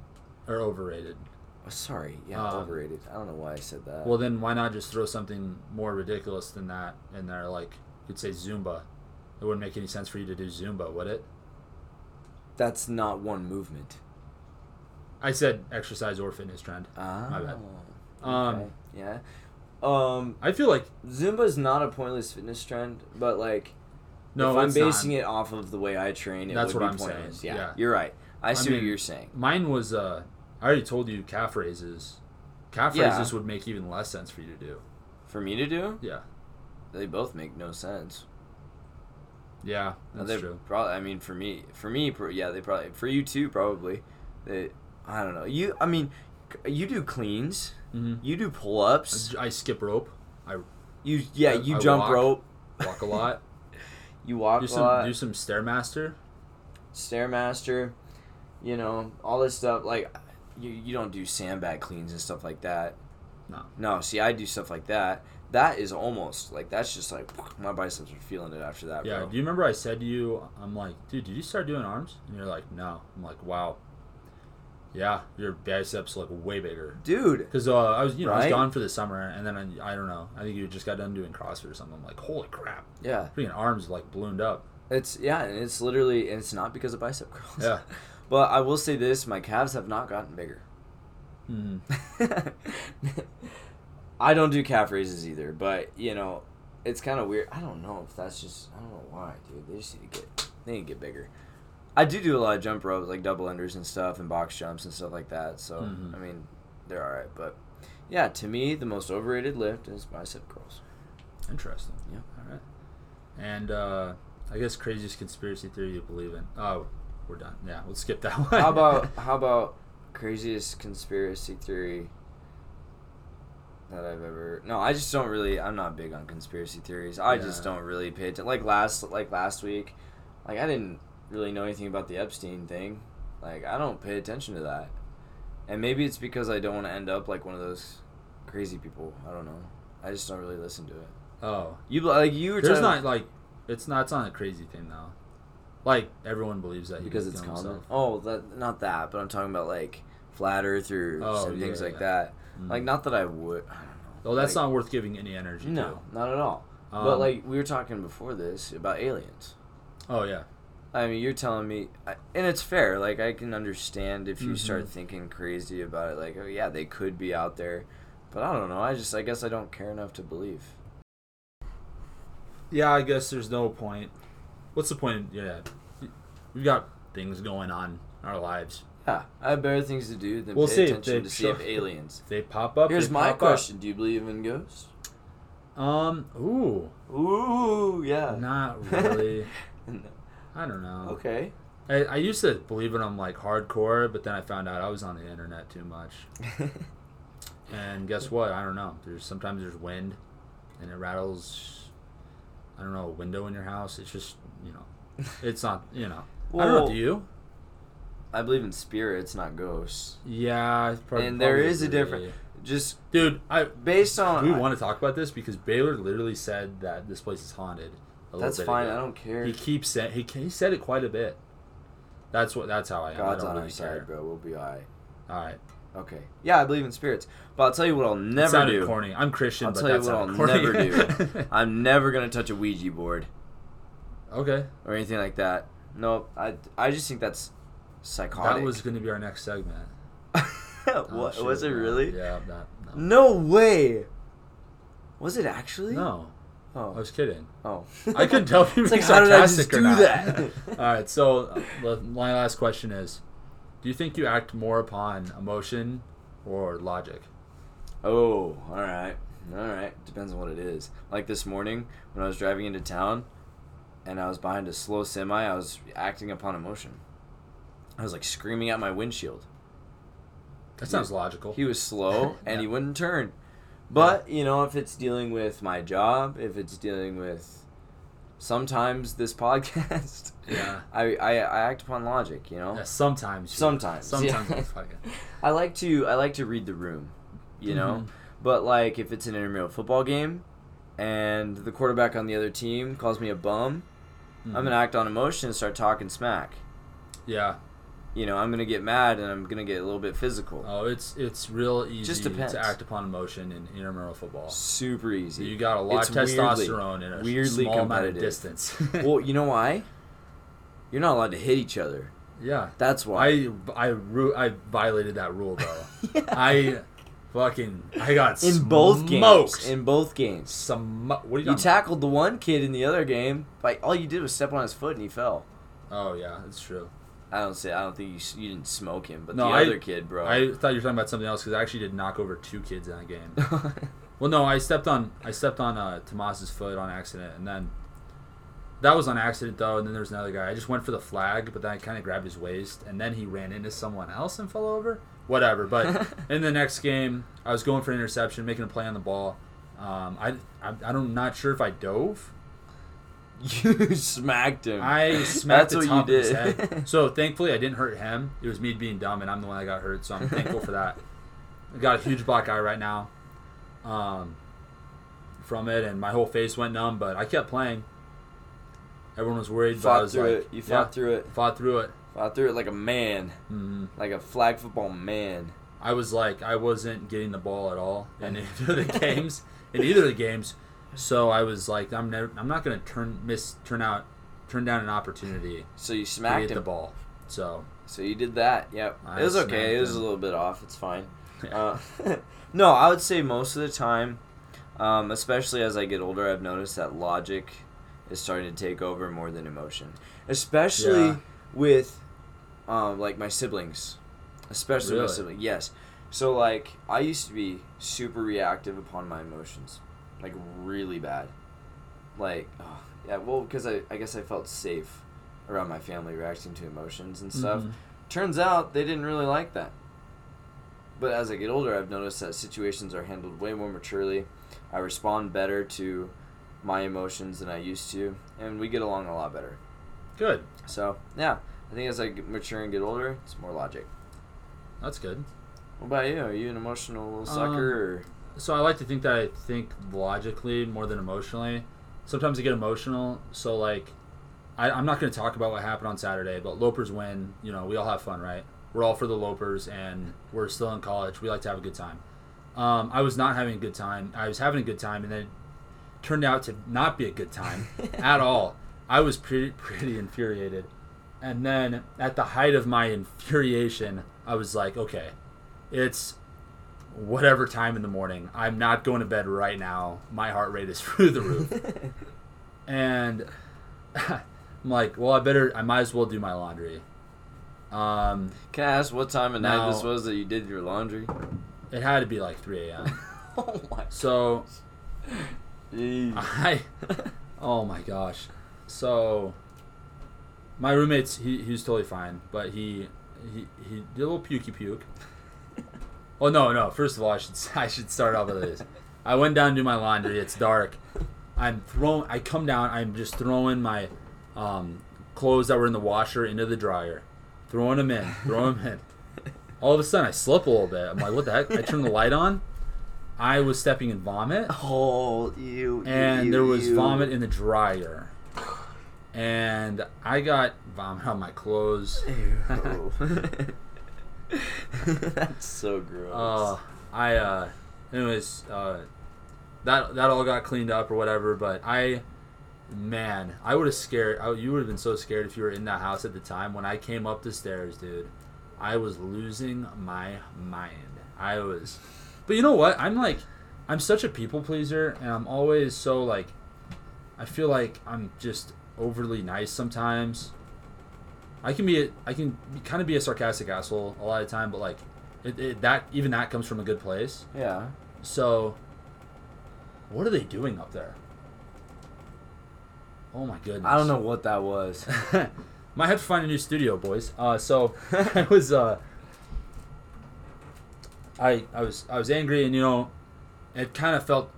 are overrated. Oh, sorry, yeah, Um, overrated. I don't know why I said that. Well, then why not just throw something more ridiculous than that in there? Like you could say Zumba. It wouldn't make any sense for you to do Zumba, would it? That's not one movement. I said exercise or fitness trend. Ah, My bad. Um, Oh, okay, yeah. Um, I feel like Zumba is not a pointless fitness trend, but like, no. if I'm basing it off of the way I train, it That's would what be I'm saying, pointless. Yeah, yeah. you're right. I see what mean, you're saying. Mine was. uh I already told you calf raises. Calf Yeah. raises would make even less sense for you to do. For me to do, Yeah. they both make no sense. Yeah, No, that's they true. Probably. I mean, for me, for me, pro- yeah, they probably for you too. Probably. They. I don't know. You. I mean, c- you do cleans. Mhm. You do pull ups. I skip rope. I You. Yeah. I- you I jump walk. rope. walk a lot. You walk do a some lot. do some stairmaster. Stairmaster. You know all this stuff. Like you, you don't do sandbag cleans and stuff like that. No. No, see, I do stuff like that. That is almost like that's just like my biceps are feeling it after that. Yeah. bro. Do you remember I said to you, I'm like, dude, did you start doing arms? And you're like, no. I'm like, wow. Yeah, your biceps look way bigger. dude. Because uh, I was, you know, I was Right? gone for the summer, and then I, I don't know. I think you just got done doing CrossFit or something. I'm like, holy crap, Yeah, freaking arms like ballooned up. it's yeah, and it's literally and it's not because of bicep curls. Yeah. but I will say this: my calves have not gotten bigger. Mm. I don't do calf raises either, but you know, it's kind of weird. I don't know if that's just I don't know why, dude. They just need to get they need to get bigger. I do do a lot of jump ropes, like double unders and stuff, and box jumps and stuff like that. So Mhm. I mean, they're all right, but yeah, to me, the most overrated lift is bicep curls. Interesting. Yeah. All right. And uh, I guess craziest conspiracy theory you believe in. Oh, we're done. Yeah, we'll skip that one. How about how about craziest conspiracy theory that I've ever? No, I just don't really. I'm not big on conspiracy theories. I just Yeah. don't really pay attention. Like last like last week, like I didn't really know anything about the Epstein thing. Like I don't pay attention to that, and maybe it's because I don't want to end up like one of those crazy people. I don't know. I just don't really listen to it. Oh, You like you were there's talking- not like it's not it's not a crazy thing though. Like everyone believes that he because did it's kill common. himself. Oh, that not that, but I'm talking about like flat Earth or Oh, some yeah, things like yeah. that. Mm. Like not that I would. I don't know. Oh, that's like, not worth giving any energy No, not at all. to. but Um, like we were talking before this about aliens. oh yeah, I mean, you're telling me, I- and it's fair. Like I can understand if you Mhm. start thinking crazy about it. Like, oh yeah, they could be out there, but I don't know. I just, I guess, I don't care enough to believe. yeah. I guess there's no point. What's the point? Yeah, we've got things going on in our lives. Yeah, I have better things to do than We'll pay see if attention they to see show- if aliens. If they pop up. Here's they my pop up. question: Do you believe in ghosts? Um. Ooh. Ooh, yeah. Not really. No. I don't know. Okay. I, I used to believe in them like hardcore, but then I found out I was on the internet too much. and guess what? I don't know. There's sometimes there's wind, and it rattles. I don't know a window in your house. It's just you know, it's not you know. I don't know. Well- Do you? I believe in spirits, not ghosts. Yeah. I prob- and there probably is a agree. difference. Just Dude, I based on we want to talk about this because Baylor literally said that this place is haunted. A little That's bit fine. ago. I don't care. He keeps saying he, he said it quite a bit. That's what. That's how I am. God's I don't on really our side, care. bro. We'll be alright. All right. Okay. Yeah, I believe in spirits, but I'll tell you what I'll That never sounded do. corny. I'm Christian, I'll but tell you that's what I'll corny. never do. I'm never gonna touch a Ouija board okay, or anything like that. Nope. I I just think that's psychotic. that was going to be our next segment. Oh, what, shoot, was it no. really? Yeah. That, no. No way. Was it actually? no, I Oh. was kidding. Oh. I couldn't tell if you were It's like, like, how did I just sarcastic or do not. that? All right. So uh, the- my last question is: Do you think you act more upon emotion or logic? Oh, all right. All right. Depends on what it is. Like this morning when I was driving into town and I was behind a slow semi, I was acting upon emotion. I was like screaming at my windshield. That sounds logical. He was slow and he Yeah. wouldn't turn. But, you know, if it's dealing with my job, if it's dealing with sometimes this podcast, Yeah. I, I, I act upon logic, you know? Yeah, sometimes. you- Sometimes, Sometimes. yeah. you fucking- I like to I like to read the room, you know. Mhm. But like if it's an intramural football game, and the quarterback on the other team calls me a bum, Mm-hmm. I'm gonna act on emotion and start talking smack. Yeah. You know, I'm gonna get mad and I'm gonna get a little bit physical. Oh, it's it's real easy depends. to act upon emotion in intramural football. Super easy. You got a lot It's of weirdly- testosterone in a weirdly small amount of competitive. distance. well, you know why? You're not allowed to hit each other. yeah, That's why. I I ru- I violated that rule though. I fucking I got in both smoked. games. In both games. Some what are you, You talking tackled the one kid in the other game, but all you did was step on his foot and he fell. about? Oh yeah, it's true. I don't say. I don't think you s- you didn't smoke him, but No, the I- other kid, bro. I thought you were talking about something else because I actually did knock over two kids in that game. Well, no, I stepped on I stepped on uh, Tomas's foot on accident, and then that was on accident though. And then there was another guy. I just went for the flag, but then I kind of grabbed his waist, and then he ran into someone else and fell over. Whatever. But in the next game, I was going for an interception, making a play on the ball. Um, I, I I'm not sure if I dove. You smacked him. I smacked That's the what top you of his did. head. So thankfully, I didn't hurt him. It was me being dumb, and I'm the one that got hurt. So I'm thankful for that. I got a huge black eye right now, um, from it, and my whole face went numb. But I kept playing. Everyone was worried, You but I fought was through like, it. You fought yeah, through it. Fought through it. Fought through it like a man, Mhm. like a flag football man. I was like, I wasn't getting the ball at all in either of the games. In either of the games, so I was like, I'm never, I'm not gonna turn miss, turn out, turn down an opportunity So you to smacked get the him. ball. So So you did that. Yep. I it was smacked okay. It was a him. little bit off. It's fine. Uh, no, I would say most of the time, um, especially as I get older, I've noticed that logic is starting to take over more than emotion, especially Yeah. with um, like my siblings, especially my Really? siblings. Yes. So like I used to be super reactive upon my emotions, like really bad. Like oh, yeah, well, because I I guess I felt safe around my family reacting to emotions and stuff. Mhm. Turns out they didn't really like that. But as I get older, I've noticed that situations are handled way more maturely. I respond better to my emotions than I used to, and we get along a lot better. good. So, yeah, I think as I get mature and get older, it's more logic. That's good. What about you? Are you an emotional little Um, sucker? So I like to think that I think logically more than emotionally. Sometimes I get emotional, so like, I, I'm not going to talk about what happened on Saturday, but Lopers win. You know, we all have fun, right? We're all for the Lopers, and we're still in college. We like to have a good time. Um, I was not having a good time. I was having a good time, and then it turned out to not be a good time at all. I was pretty pretty infuriated, and then at the height of my infuriation, I was like, okay, it's whatever time in the morning. I'm not going to bed right now. My heart rate is through the roof. and I'm like, well, I better, I might as well do my laundry. Um, Can I ask what time of night this no. was that you did your laundry? it had to be like 3 a.m. oh my. So Jeez. I, oh my gosh. So my roommate's, he, he was totally fine, but he, he, he did a little pukey puke. Oh no, no. First of all, I should I should start off with this. I went down to do my laundry. It's dark. I'm throwing. I come down. I'm just throwing my um, clothes that were in the washer into the dryer, throwing them in, throwing them in. All of a sudden, I slip a little bit. I'm like, what the heck? I turn the light on. I was stepping in vomit, Oh, you. and you, there was you. vomit in the dryer, and I got vomit on my clothes. Ew. That's so gross. Uh, I uh, anyways, uh, that that all got cleaned up or whatever. But I, man, I would have scared. I, you would have been so scared if you were in that house at the time. When I came up the stairs, dude, I was losing my mind. I was, but you know what? I'm like, I'm such a people pleaser, and I'm always so like, I feel like I'm just overly nice sometimes. I can be a, I can kind of be a sarcastic asshole a lot of the time, but like it, it, that even that comes from a good place. yeah. So, what are they doing up there? Oh my goodness! I don't know what that was. Might have to find a new studio, boys. Uh, so I was uh, I I was I was angry, and you know, it kind of felt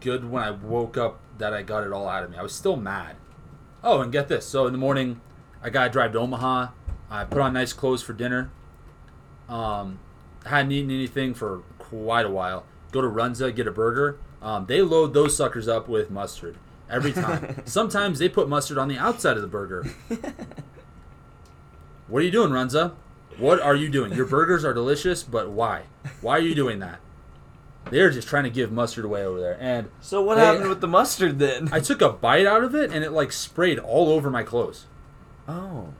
good when I woke up that I got it all out of me. I was still mad. Oh, and get this. So in the morning, I got to drive to Omaha. I put on nice clothes for dinner. Um, hadn't eaten anything for quite a while. Go to Runza, get a burger. Um, they load those suckers up with mustard every time. Sometimes they put mustard on the outside of the burger. what are you doing, Runza? What are you doing? Your burgers are delicious, but why? Why are you doing that? They're just trying to give mustard away over there. And so what They- happened with the mustard then? I took a bite out of it and it like sprayed all over my clothes. oh.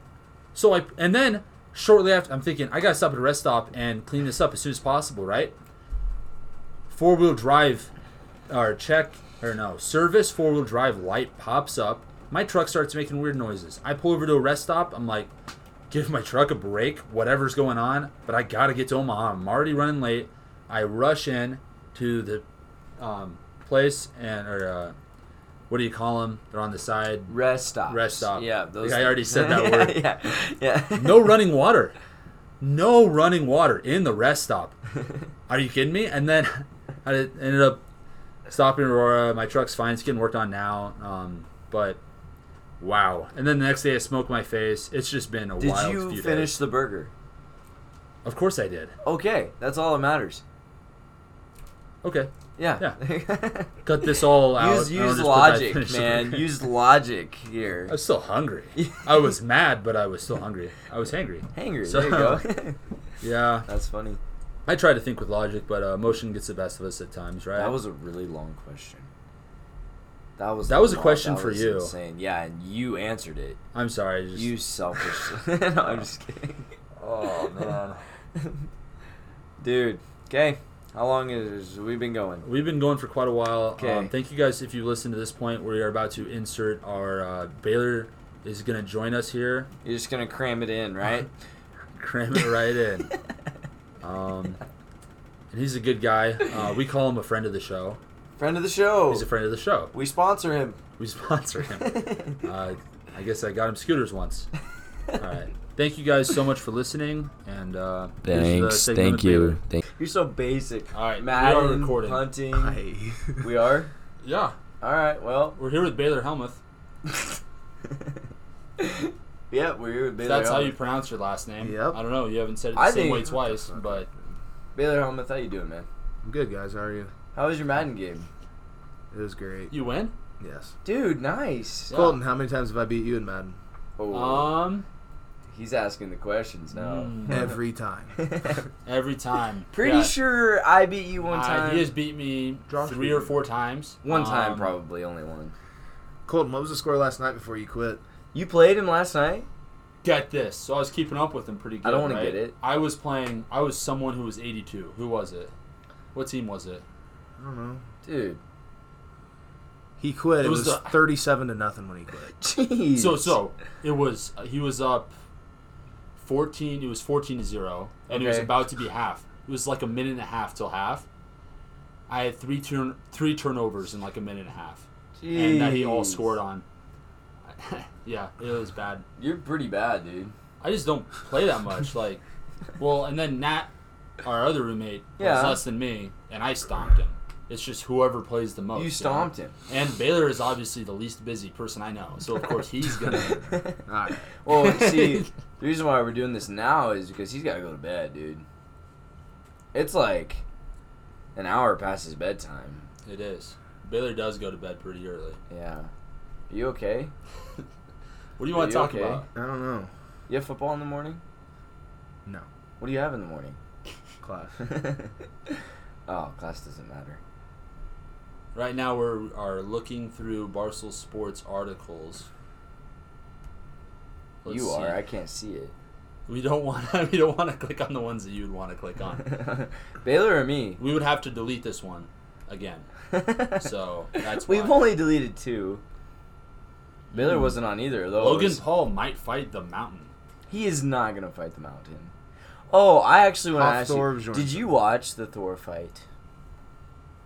So I and then shortly after I'm thinking I gotta stop at a rest stop and clean this up as soon as possible, right? Four wheel drive or check or no service four wheel drive light pops up. My truck starts making weird noises. I pull over to a rest stop. I'm like, give my truck a break, whatever's going on. But I gotta get to Omaha. I'm already running late. I rush in to the um, place and or uh, what do you call them? They're on the side. Rest stop. Rest stop. Yeah. Like, I already said that yeah, word. Yeah. Yeah. No running water. No running water in the rest stop. Are you kidding me? And then I ended up stopping Aurora. My truck's fine. It's getting worked on now. Um, but wow. And then the next day, I smoked my face. It's just been a Did wild you few finish days. the burger? Of course, I did. Okay, that's all that matters. Okay, Yeah. cut this all out. use and I'll use just put my logic, finish in man. there. Use logic I here. was still hungry. I was mad, but I was still hungry. I was hangry. Hangry. So- there you go. Yeah, that's funny. I try to think with logic, but uh, emotion gets the best of us at times, right? That was a really long question. That was That was a long- question that for was you. Insane. Yeah, and you answered it. I'm sorry. I just, You selfish. no, I'm just kidding. oh man, Dude, okay. How long is we been going? we've been going for quite a while. Okay. Um, thank you guys if you listened to this point. We are about to insert our uh, Baylor is going to join us here. You're just gonna cram it in, right? Cram it right in. Um, and he's a good guy. Uh, we call him a friend of the show. Friend of the show. He's a friend of the show. we sponsor him. We sponsor him. Uh, I guess I got him scooters once. All right. Thank you guys so much for listening. And uh, here's the segment with Baylor. Thank You're so basic. All right, we are Madden, recording. hunting. I- We are. Yeah, All right. Well. we're here with Baylor Helmuth. yeah, we're Baylor. That's how Helmuth. you pronounce your last name. Yep. I don't know. You haven't said it the I same think- way twice, but Baylor Helmuth. How you doing, man? I'm good, guys. How are you? How was your Madden game, It was great. you win. Yes. dude? Nice. Yeah. Colton, how many times have I beat you in Madden? Oh, Um, he's asking the questions now. Mm. Every time. every time. Pretty Yeah. sure I beat you one Uh, time. he has beat me Josh three beat or me. four times. one time, Um, probably only one. Colton, what was the score last night before you quit? You played him last night. Get this. So I was keeping up with him pretty good. I don't wanna right? get it. I was playing. I was someone who was 82. Who was it? What team was it? I don't know. Dude, He quit. It, It was was, the- 37 to nothing when he quit. jeez. So so it was. He was up 14. It was 14 to zero, and it was Okay. about to be half. It was like a minute and a half till half. I had three turn three turnovers in like a minute and a half, and that he all Jeez. scored on. yeah, it was bad. You're pretty bad, dude. I just don't play that much. Like, well, and then Nat, our other roommate, was Yeah. less than me, and I stomped him. It's just whoever plays the most. you know? stomped him. And Baylor is obviously the least busy person I know, so of course he's gonna. All right. Well, see, the reason why we're doing this now is because he's got to go to bed, dude. It's like an hour past his bedtime. it is. Baylor does go to bed pretty early. Yeah. Are you okay? What do you Are want you to talk okay? about? I don't know. You have football in the morning? No. What do you have in the morning? Class. oh, class doesn't matter. Right now we're are looking through Barstool Sports articles. Let's you are. see. I can't see it. We don't want. We don't want to click on the ones that you'd want to click on. Baylor or me? we would have to delete this one again. So that's We've why. only deleted two. Baylor Hmm. wasn't on either, though. Logan It was- Paul might fight the mountain. He is not gonna fight the mountain. Oh, I actually want to Off ask Thor you: Bjornsson. Did you watch the Thor fight?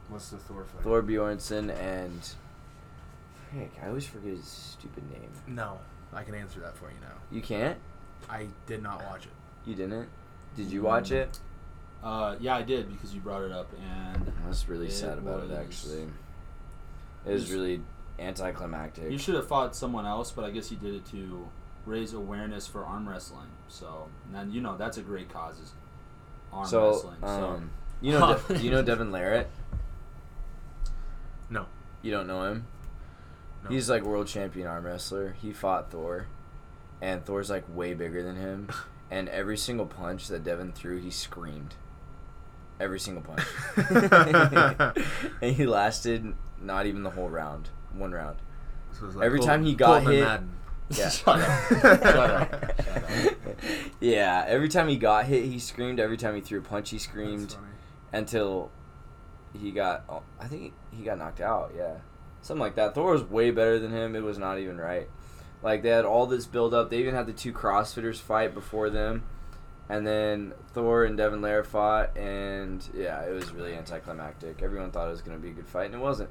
What's the Thor fight? Thor Bjornsson and Frick, I always forget his stupid name. No. I can answer that for you now. You can't. I did not watch it. You didn't. Did you Hmm. watch it? Uh, yeah, I did because you brought it up, and I was really It sad about was- it actually. It was He's- really anticlimactic. you should have fought someone else, but I guess you did it to raise awareness for arm wrestling. So, and then, you know that's a great cause is arm so, wrestling. um, you know, De- do you know Devin Larratt? No. You don't know him? No. He's like world champion arm wrestler. He fought Thor, and Thor's like way bigger than him. And every single punch that Devin threw, he screamed. Every single punch. and he lasted not even the whole round. One round. This was like Every Col- time he got Colton hit- Madden. so. Yeah. Shut up! Shut up! Shut up! yeah. Every time he got hit, he screamed. Every time he threw a punch, he screamed That's funny. until he got. oh, I think he got knocked out. Yeah, something like that. Thor was way better than him. It was not even right. Like they had all this build up. They even had the two CrossFitters fight before them, and then Thor and Devin Lair fought, and yeah, it was really anticlimactic. Everyone thought it was gonna be a good fight, and it wasn't.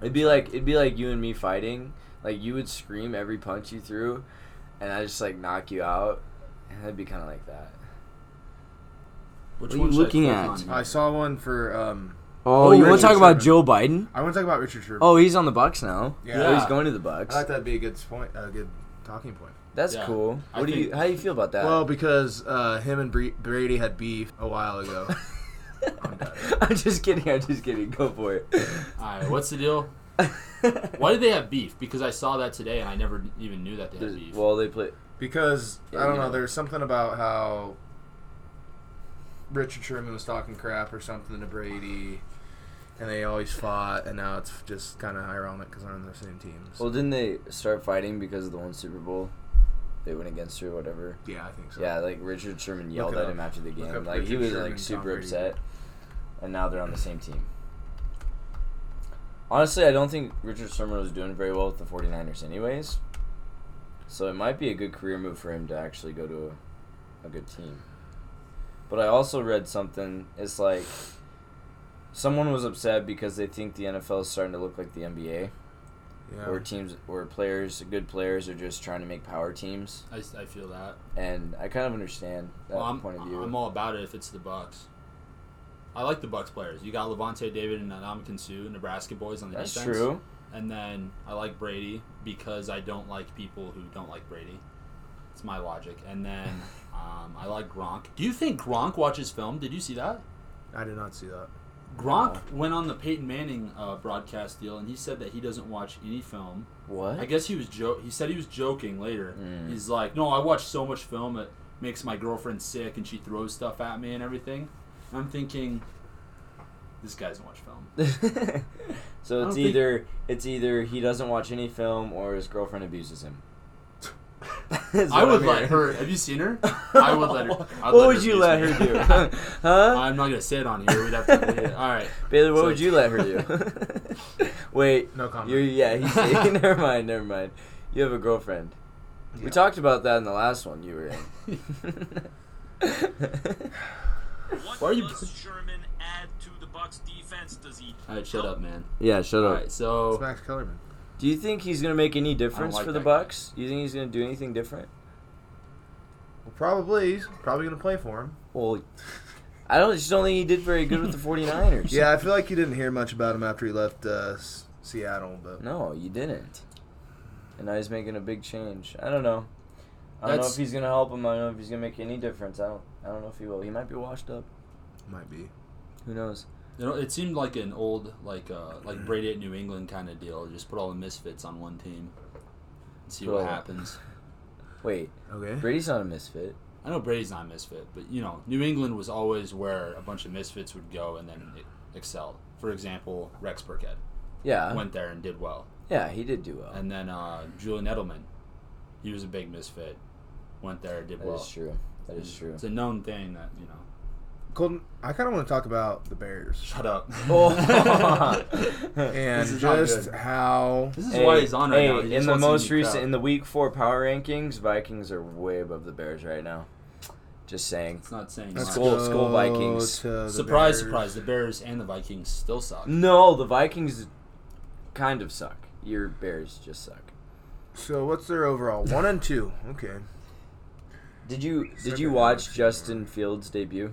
It'd be like it'd be like you and me fighting. Like you would scream every punch you threw, and I just like knock you out, and it'd be kind of like that. Which What are you should I looking click at? on here? I saw one for um, Oh, Oh, you want Richard to talk about Sherman. Joe Biden? I want to talk about Richard Sherman. Oh, he's on the Bucks now. Yeah. Oh, he's Yeah. going to the I Bucks. thought that'd be a good point, a good talking point. That's Yeah. cool. I What do you? think- How do you feel about that? Well, because uh, him and Bre- Brady had beef a while ago. I'm just kidding. I'm just kidding. Go for it. All right, what's the deal? Why did they have beef? Because I saw that today and I never even knew that they had beef. well, they play. because Yeah, I don't you know. know, there's something about how Richard Sherman was talking crap or something to Brady, and they always fought, and now it's just kind of ironic because they're on the same teams. Well, didn't they start fighting because of the one Super Bowl they went against or whatever? yeah, I think so. Yeah, like Richard Sherman yelled it at up. him after the Look game. up Like he Richard was Sherman, like Tom super Brady. upset, and now they're on the same team. Honestly, I don't think Richard Sherman was doing very well with the 49ers, anyways. So it might be a good career move for him to actually go to a, a good team. But I also read something. It's like someone was upset because they think the NFL is starting to look like the NBA, Yeah. where teams, where players, good players, are just trying to make power teams. I, I feel that. And I kind of understand that Well, I'm, point of view. I'm all about it if it's the Bucks. I like the Bucks players. You got Levante David and Anamakin Sue, Nebraska boys on the That's defense. true. And then I like Brady because I don't like people who don't like Brady. It's my logic. And then um, I like Gronk. Do you think Gronk watches film? Did you see that? I did not see that. Gronk went on the Peyton Manning uh, broadcast deal, and he said that he doesn't watch any film. What? I guess he was jo- He said he was joking later. He's like, "No, I watch so much film it makes my girlfriend sick, and she throws stuff at me and everything." And I'm thinking, this guy doesn't watch film. I so don't it's think- either it's either he doesn't watch any film or his girlfriend abuses him. Is I what would I'm let hearing. her. Have you seen her? I would let her. I'd what would you abuse let me. her do? huh? I'm not gonna say it on here. We'd have to. delete it. All right. Baylor, what So- would you let her do? Wait. No comment. You're, yeah, he's never mind, never mind. You have a girlfriend. We talked about that in the last one you were in. Why are you does Sherman add to the Bucks defense? Does he? All right, shut up, man. yeah, shut All up. right, so It's Max Kellerman. Do you think he's gonna make any difference like for the that guy. Bucks? Do you think he's gonna do anything different? Well, probably he's probably gonna play for him. Well, I don't just don't think he did very good with the 49ers. Yeah, I feel like you didn't hear much about him after he left uh, S- Seattle, but No, you didn't. And now he's making a big change. I don't know. I don't know That's- if he's gonna help him. I don't know if he's gonna make any difference. I don't. I don't know if he will. He might be washed up. might be. Who knows? You know, it seemed like an old, like uh, like Brady at New England kind of deal. Just put all the misfits on one team, and see Cool. what happens. Wait, Okay. Brady's not a misfit. I know Brady's not a misfit, but you know, New England was always where a bunch of misfits would go and then it excelled. For example, Rex Burkhead Yeah. went there and did well, yeah, he did do well. and then uh, Julian Edelman, he was a big misfit, went there did That well. is true. That is true. It's a known thing that you know. Colton, I kind of want to talk about the Bears Shut up. Oh. and is not just good. how this is Hey, why he's on right hey, now. He just in the wants to most be recent, proud. in the week four power rankings, Vikings are way above the Bears right now. Just saying. it's not saying Let's much. Skull- Skull go Vikings. to the Surprise, Bears. surprise. The Bears and the Vikings still suck. No, the Vikings kind of suck. Your Bears just suck. So what's their overall? One and two. Okay. Did you did Except you for watch Alex Justin Fields' debut?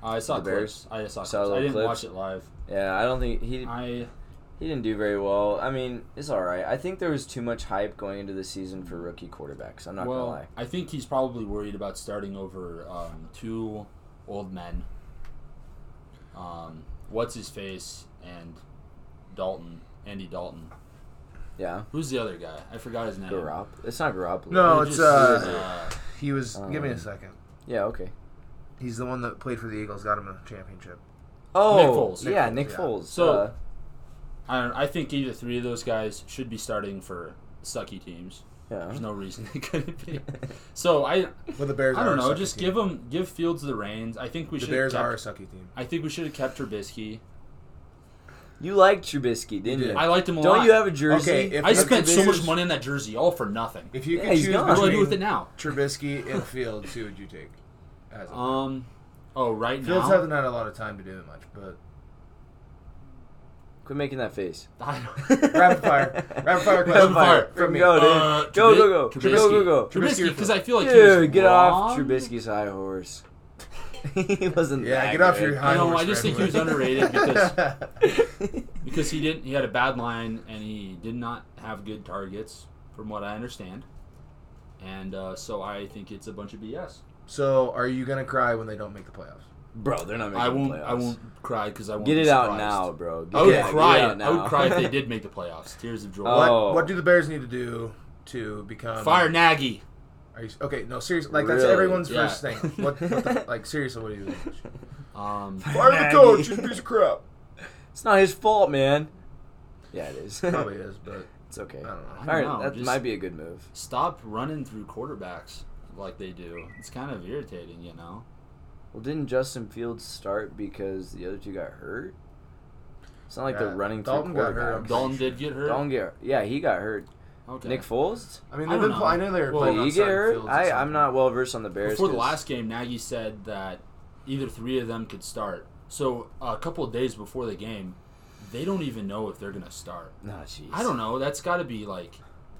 I saw The clips. Bears? I saw, Saw clips. I little didn't clips? watch it live. Yeah, I don't think he I he didn't do very well. I mean, it's all right. I think there was too much hype going into the season for rookie quarterbacks. I'm not well, gonna lie. I think he's probably worried about starting over um, two old men. Um, what's his face and Dalton, Andy Dalton. Yeah, Who's the other guy? I forgot his name. Garopp. Oh, It's not Garoppolo. No, Who it's just- uh, uh, he was. give me Um, a second. Yeah. Okay. He's the one that played for the Eagles, got him a championship. Oh, Foles. yeah, Nick Nick Foles, yeah. Foles. So- uh, I don't. I think either three of those guys should be starting for sucky teams. yeah. There's no reason they couldn't be. So I, Well, the Bears. I are don't a know. sucky Just team. give him, give Fields the reins. I think we The should. Bears kept, are a sucky team. I think we should have kept Trubisky. You liked Trubisky, didn't did. you? I liked him a lot. Don't you have a jersey? Okay, if- I you spent could so much choose- money on that jersey, all for nothing. If you Yeah, could he's choose gone. What do I do between with it now? Trubisky and Fields, who would you take? As a- Um, oh, right Fields now. haven't had a lot of time to do it much, but Quit making that face. I don't- rapid fire, rapid fire Rapid question fire. from me. Go, dude. Uh, go, Trubi- go, go, Trubisky. go, go, go. Trubisky or Trubisky, because I feel like he was Dude, get off wrong. Trubisky's high horse. he wasn't. Yeah, that get off good. your high No, horse, I just think Red he was Wing. underrated because- because he didn't. He had a bad line and he did not have good targets, from what I understand. And uh, so I think it's a bunch of BS. so, are you gonna cry when they don't make the playoffs? bro. They're not making I won't. The playoffs. I won't cry because I won't Get be it out surprised. now, bro. Get I would it out- get cry. it out I would now. cry if they did make the playoffs. Tears of joy. Oh. What What do the Bears need to do to become Fire Nagy. Are you, okay, no, seriously, like that's Really? everyone's Yeah. first thing. What, what the, like seriously, what do you think? Um, Fire Nagy. the coach, he's a piece of crap. It's not his fault, man. Yeah, it is. Probably is, but it's okay. I don't know. All right, know, that just- might be a good move. stop running through quarterbacks like they do. It's kind of irritating, you know. Well, didn't Justin Fields start because the other two got hurt? It's not like they're Yeah, running Dalton through got hurt, quarterbacks. I'm Dalton did get hurt. Dalton get yeah, he got hurt. okay. Nick Foles? I mean, I don't they've been. know. pl- I know they were Well, playing Did he outside get hurt? fields or I, I'm something. not well versed on the Bears. Before the 'cause- last game, Nagy said that either three of them could start. So a couple of days before the game, they don't even know if they're going to start. Nah, jeez. I don't know. That's got to be like,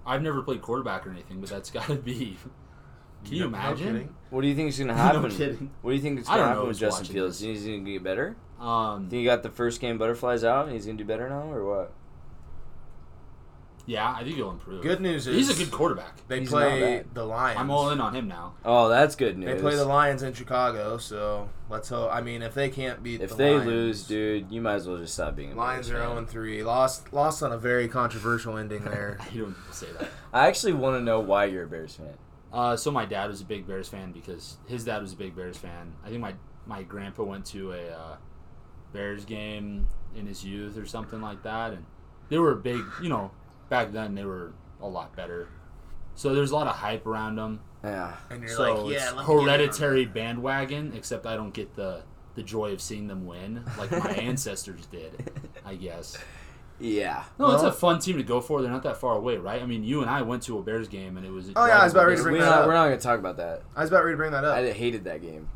I've never played quarterback or anything, but that's got to be. Can you No imagine? kidding. What do you think is going to No happen? kidding. What do you think is I going to don't happen know with who's Justin watching Fields? this. He's going to get better. um, Think he got the first game butterflies out, and he's going to do better now, or what? yeah, I think he'll improve. Good news is He's a good quarterback. They He's not play bad. the Lions. I'm all in on him now. Oh, that's good news. They play the Lions in Chicago, so let's hope. I mean, if they can't beat If the they Lions- lose, dude, you might as well just stop being a Lions are Bears fan. 0 3. Lost lost on a very controversial ending there. You don't say that. I actually want to know why you're a Bears fan. Uh, so my dad was a big Bears fan because his dad was a big Bears fan. I think my my grandpa went to a uh, Bears game in his youth or something like that, and they were a big. You know, back then they were a lot better. So there's a lot of hype around them. Yeah. And you're so like, yeah, it's let me get in on hereditary bandwagon. Except I don't get the the joy of seeing them win like my ancestors did. I guess. Yeah. No, it's Well- a fun team to go for. They're not that far away, right? I mean, you and I went to a Bears game, and it was. Oh, yeah, I was about ready to We're bring incredible. that not, up. we're not going to talk about that. I was about ready to bring that up. I hated that game.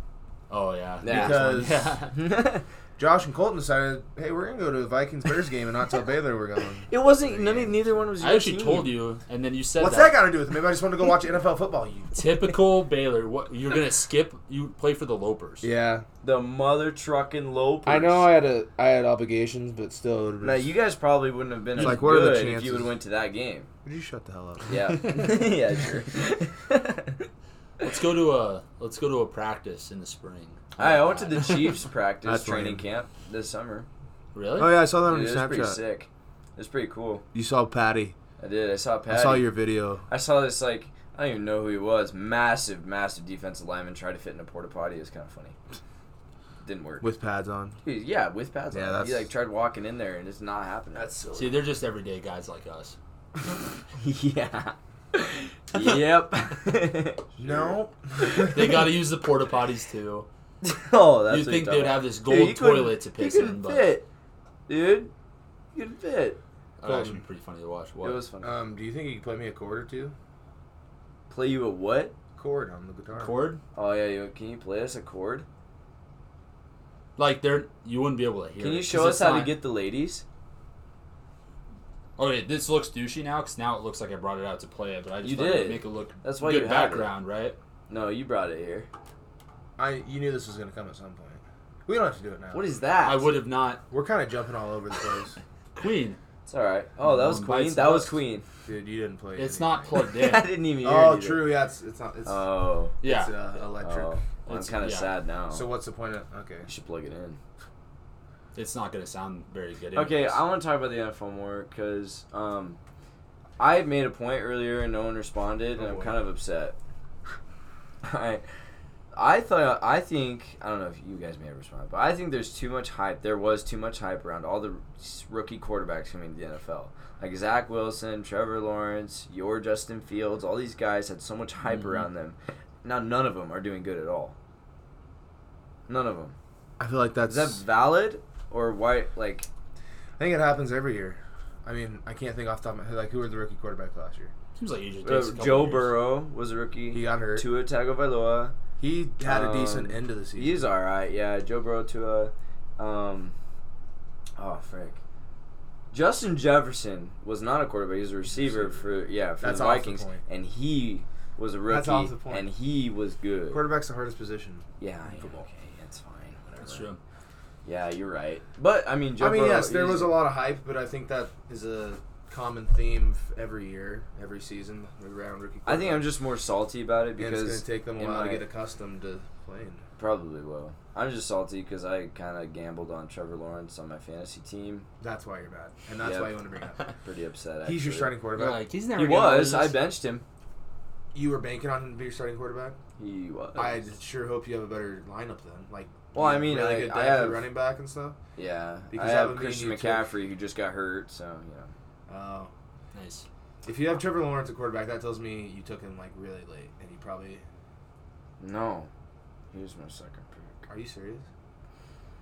Oh yeah, Yeah. Because- Yeah. Josh and Colton decided, hey, we're gonna go to the Vikings Bears game and not tell Baylor we're going. it wasn't. None, of- neither one was. I your actually team. told you, and then you said What's that. that got to do with it? Maybe I just want to go watch NFL football. You. Typical Baylor. What you're gonna skip? You play for the Lopers. Yeah, the mother trucking Lopers. had a I had obligations, but still. Now you guys probably wouldn't have been as Like, good what are the if chances? you would have went to that game. Would you shut the hell up? Yeah. yeah. Sure. Let's go to a let's go to a practice in the spring. All right, I went to the Chiefs practice That's training lame. camp this summer. Really? Oh yeah, I saw that on Dude, it your was pretty Snapchat. sick. It was pretty cool. You saw Patty. I did. I saw Patty. I saw your video. I saw this like I don't even know who he was. Massive, massive defensive lineman tried to fit in a porta potty. It was kind of funny. Didn't work. With pads on. He- yeah, with pads Yeah, on. that's- He like tried walking in there and it's not happening. See, they're just everyday guys like us. yeah. yep. No. They got to use the porta potties too. oh, that's You'd what you're think they would talking have this Dude, gold you couldn't- toilet to piss you couldn't in, but that fit, dude. You could fit. would actually Uh, be pretty funny to watch. What? It was fun. Um, do you think you could play me a chord or two? play you a what? Chord on the guitar. chord? Oh yeah, you, can you play us a chord? Like they're you wouldn't be able to hear. Can it, you 'cause show us it's how to not- get the ladies? Okay, this looks douchey now because now it looks like I brought it out to play it, but I just You thought it would did. make it look That's why good you have it. background, right? No, you brought it here. I. You knew this was gonna come at some point. We don't have to do it now. What is that? I would have not. We're kind of jumping all over the place, Queen, It's all right. Oh, that was Um, Queen. bites That was left. Queen. dude. You didn't play. it's anything. not plugged in. I didn't even. Hear Oh, it either. true. Yeah, it's, it's not. It's, Oh. Yeah. it's uh, electric. Oh, I'm It's- kind of yeah. sad now. So So what's the point of? Okay. you should plug it in. it's not going to sound very good. Okay, anyways. I want to talk about the NFL more because um, I made a point earlier and no one responded, and Oh, I'm boy. kind of upset. I, I thought I think I don't know if you guys may have responded, but I think there's too much hype. There was too much hype around all the s- rookie quarterbacks coming to the NFL, like Zach Wilson, Trevor Lawrence, your Justin Fields. All these guys had so much hype Mm-hmm. Mhm. around them. Now none of them are doing good at all. None of them. I feel like that's. Is that valid or why? Like I think it happens every year. I mean, I can't think off the top of my head. Like, who were the rookie quarterback last year? Seems like you just Uh, takes a couple Joe years. Burrow was a rookie. He got hurt. Tua Tagovailoa. He had a decent Um, end to the season. He's all right. Yeah, Joe Burrow, Tua. Um, oh frick. Justin Jefferson was not a quarterback. He was a receiver for yeah for That's the off the Vikings, point. and he was a rookie, That's off the point. and he was good. Quarterback's the hardest position. yeah, I know, Football. okay, it's fine. Whatever. That's true. Yeah, you're right. But I mean, Joe I mean, Burrow yes, there is- was a lot of hype, but I think that is a common theme f- every year, every season around rookie. I think I'm just more salty about it and it's because going to take them a in while to my- get accustomed to playing. Probably will. I'm just salty because I kind of gambled on Trevor Lawrence on my fantasy team. That's why you're bad, and that's Yep. why you want to bring it up. Pretty upset. Actually. He's your starting quarterback. he's He was. I benched him. you were banking on him to be your starting quarterback. He was. I sure hope you have a better lineup then. Like, Well, I you mean, really I- good I depth at have- running back and stuff. yeah. Because I that have would mean Christian you took- McCaffrey who just got hurt, so you know. Oh. Nice. If you have Trevor Lawrence at quarterback, that tells me you took him like really late, and you probably No. Here's my second pick. are you serious?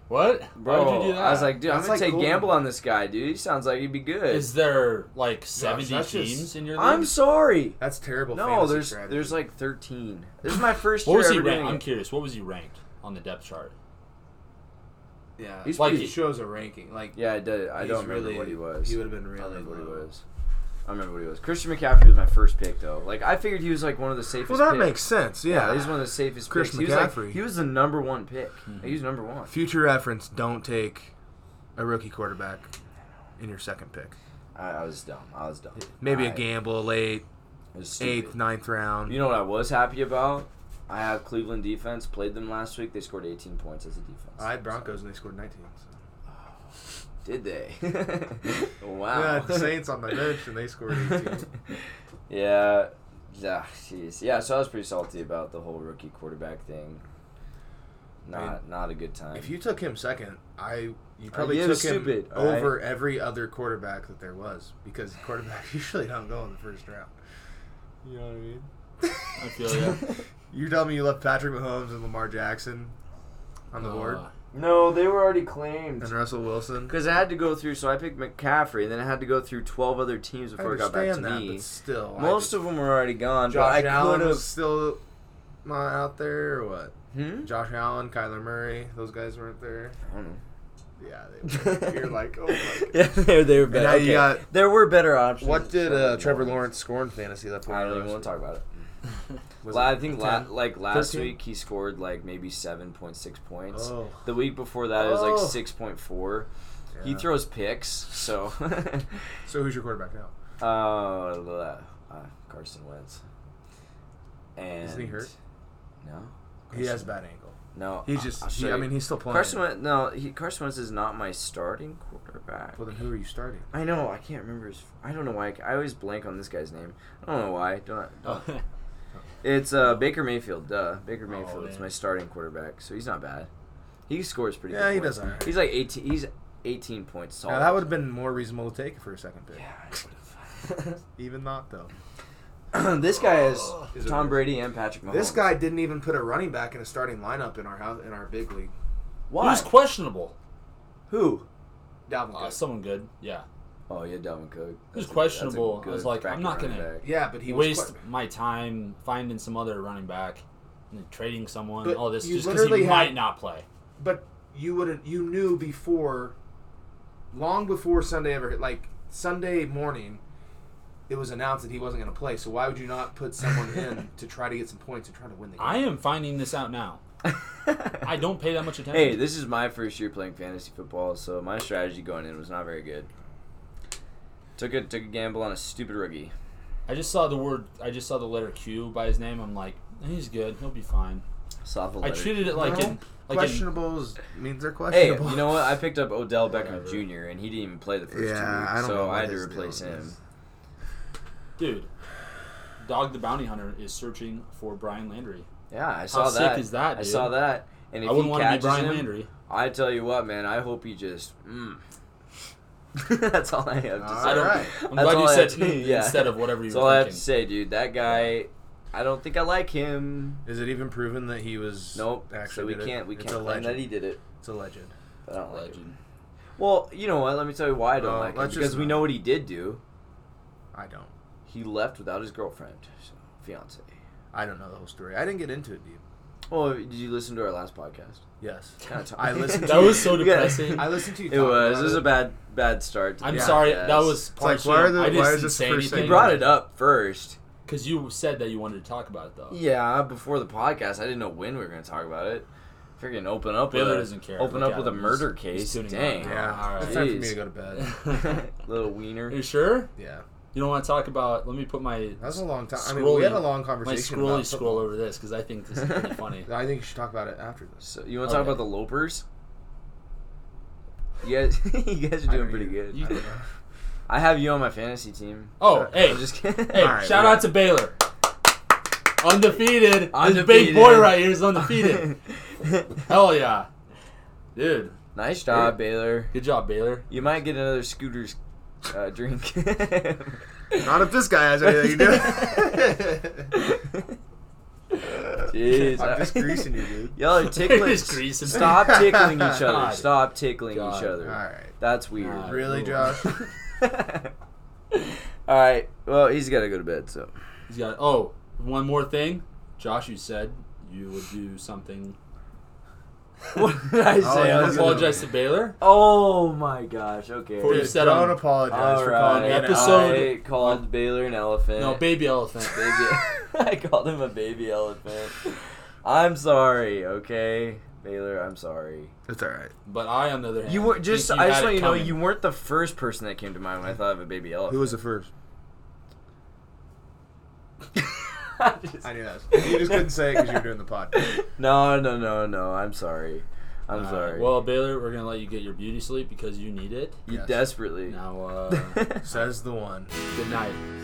What? Bro, Why would you do that? I was like, dude, I'm That's gonna like take Golden. gamble on this guy, dude. He sounds like he'd be good. is there like seventy that's just- teams in your league? I'm sorry. That's terrible. No, fantasy there's strategy. there's like 13. This is my first what year was he ever doing ranked? I'm it. curious. What was he ranked on the depth chart? yeah, He's Like- it shows a ranking. Like Yeah, I did. I he's don't remember really, what he was. He would have been I don't really remember what he low. was. I remember what he was. Christian McCaffrey was my first pick though. Like I figured he was like one of the safest. Well, that picks. makes sense. Yeah, he's one of the safest Christian picks. He was, like, McCaffrey. Mm-hmm. he was the number one pick. Like, He was number one. Future reference: Don't take a rookie quarterback in your second pick. I, I was dumb. I was dumb. Maybe I- a gamble late it was stupid. eighth, ninth round. You know what I was happy about? I have Cleveland defense. Played them last week. They scored 18 points as a defense. I had Broncos and they scored 19. So. Did they? wow. Yeah, the Saints on my bench and they scored 18. yeah. Yeah, jeez. Yeah, so I was pretty salty about the whole rookie quarterback thing. Not I not a good time. if you took him second, I you probably yeah, it took was him stupid, all right? over every other quarterback that there was because quarterbacks usually don't go in the first round. You know what I mean? I feel you. You're telling me you left Patrick Mahomes and Lamar Jackson on the board Uh, no, they were already and claimed. Russell Wilson. Because I had to go through, so I picked McCaffrey, and then I had to go through 12 other teams I before it got back to understand that, me. but still, I Most just- of them were already gone, Josh but I could Allen have. was still not out there or what? Hmm? Josh Allen, Kyler Murray, those guys weren't there. I don't know. Yeah, they were. You're like, oh my Hmm? yeah, they, they were better. now you okay. got- there were better options. What did Trevor uh, Trevor Lawrence score in fantasy that I don't even want to talk about it. Was La- it I think la- 10? like last 13? week he scored like maybe seven point six points. Oh. The week before that it was like Oh. six point four. He Yeah. throws picks, so So who's your quarterback now? uh, uh, Carson Wentz. And Isn't he hurt? No, He has a bad ankle. no. He's I- just. I'll show he, I you. mean, he's still playing. Carson Wentz. No, he, Carson Wentz is not my starting quarterback. Well, then who are you starting? I know I can't remember his. I don't know why I, c- I always blank on this guy's name. I don't know why. Don't. oh. It's uh, Baker Mayfield. Duh, Baker Oh, Mayfield is man. my starting quarterback, so he's not bad. He scores pretty. Yeah, good he points. does alright. He's like eighteen. He's eighteen points tall. Now that would have been more reasonable to take for a second pick. Yeah. Even not though. this guy is Is it Tom weird? Brady and Patrick Mahomes. This guy didn't even put a running back in a starting lineup in our house in our big league. Why? Who's questionable? Who? Dalvin Uh, Cook. someone good. Yeah. Oh yeah, Dalvin Cook. That's Who's a- that's a questionable? I good was like, backup I'm not running gonna- back. yeah, but he was. Waste quite- my time finding some other running back, and then trading someone. But all this you just because literally he had- might not play. but you wouldn't. You knew before, long before Sunday ever hit. Like Sunday morning, it was announced that he wasn't going to play. So why would you not put someone in to try to get some points and try to win the game? I am finding this out now. I don't pay that much attention. Hey, this is my first year playing fantasy football, so my strategy going in was not very good. Took a took a gamble on a stupid rookie. I just saw the word. I just saw the letter Q by his name. I'm like, he's good. He'll be fine. Soft I treated it like No. an like an, questionables means they're Hey, questionable. you know what? I picked up Odell Beckham Jr. and he didn't even play the first two Yeah, weeks, I don't so know. what I had to his replace deal him. is. dude. Dog the bounty hunter is searching for Brian Landry. Yeah, I saw sick that. is that, I dude? saw that. And if I wouldn't he want to be catches Brian him, Landry. I tell you what, man. I hope he just. Mm. That's all I have to All say. I don't. right. I'm That's glad all you I said have to- "Mm," yeah. instead of whatever you That's all were I have to thinking. say, dude. That guy, I don't think I like him. Is it even proven that he was? Nope. so we did it? can't. We It's can't a claim legend. that he did it. It's a legend. But I don't like him. Legend. Well, you know what? Let me tell you why I don't Uh, like him. let's Because just we not- know what he did do. I don't. He left without his girlfriend, so, fiance. I don't know the whole story. I didn't get into it deep. Well, did you listen to our last podcast? Yes. Kinda talk- I listened. That to was so We gotta- depressing. I listened to you. It talk was. about It was a bad, bad start. to I'm the sorry. podcast. That was like, partially. why are the- I why just is didn't this say the first You anything thing? brought it up first. because you said that you wanted to talk about it though. Yeah, before the podcast, I didn't know when we were going to talk about it. freaking open up. Baylor with a, doesn't care. Open Look up at with a him. He's- murder he's case. tuning Dang. out. Yeah, All right. it's time for me Jeez. to go to bed. Little wiener. You sure? Yeah, You don't want to talk about? Let me put my that's a long time. I mean, we had a long my conversation. scrolly about scroll football. over this because I think this is pretty funny. I think you should talk about it after this. So you want to talk Okay. about the lopers? You guys, you guys are I doing don't pretty even- good. You- I have you on my fantasy team. Oh, hey, I'm just kidding. hey! All right, shout we- out to Baylor, undefeated. This big Undefeated. boy right here is undefeated. Hell yeah, dude! nice job, Baylor. Good job, Baylor. You might get another Scooter's uh, drink. Not if this guy has anything to do. Jeez, I'm I- just greasing you, dude. Y'all are tickling. Just grease him. Stop tickling each other. God. Stop tickling God. each All other. right. That's weird. God. Really, Ooh. Josh? All right. Well, he's got to go to bed. So He's got. Oh, one more thing. Josh, you said you would do something. what did I say? Oh, yeah, I that's was- good. Apologize to Baylor. oh my gosh. Okay. For- You said don't I'm- apologize All for calling right, me an episode- I called Baylor an elephant. No, baby elephant. baby. I called him a baby elephant. I'm sorry. Okay, Baylor. I'm sorry. It's all right. But I, on the other hand, You were just. think I had just want it you to know coming. you weren't the first person that came to mind when I thought of a baby elephant. Who was the first? I just- I knew that. You just couldn't say it because you were doing the podcast. no, no, no, no. I'm sorry. I'm All right, sorry. Well, Baylor, we're gonna let you get your beauty sleep because you need it. you yes. desperately. Now, uh, Says the one. good night.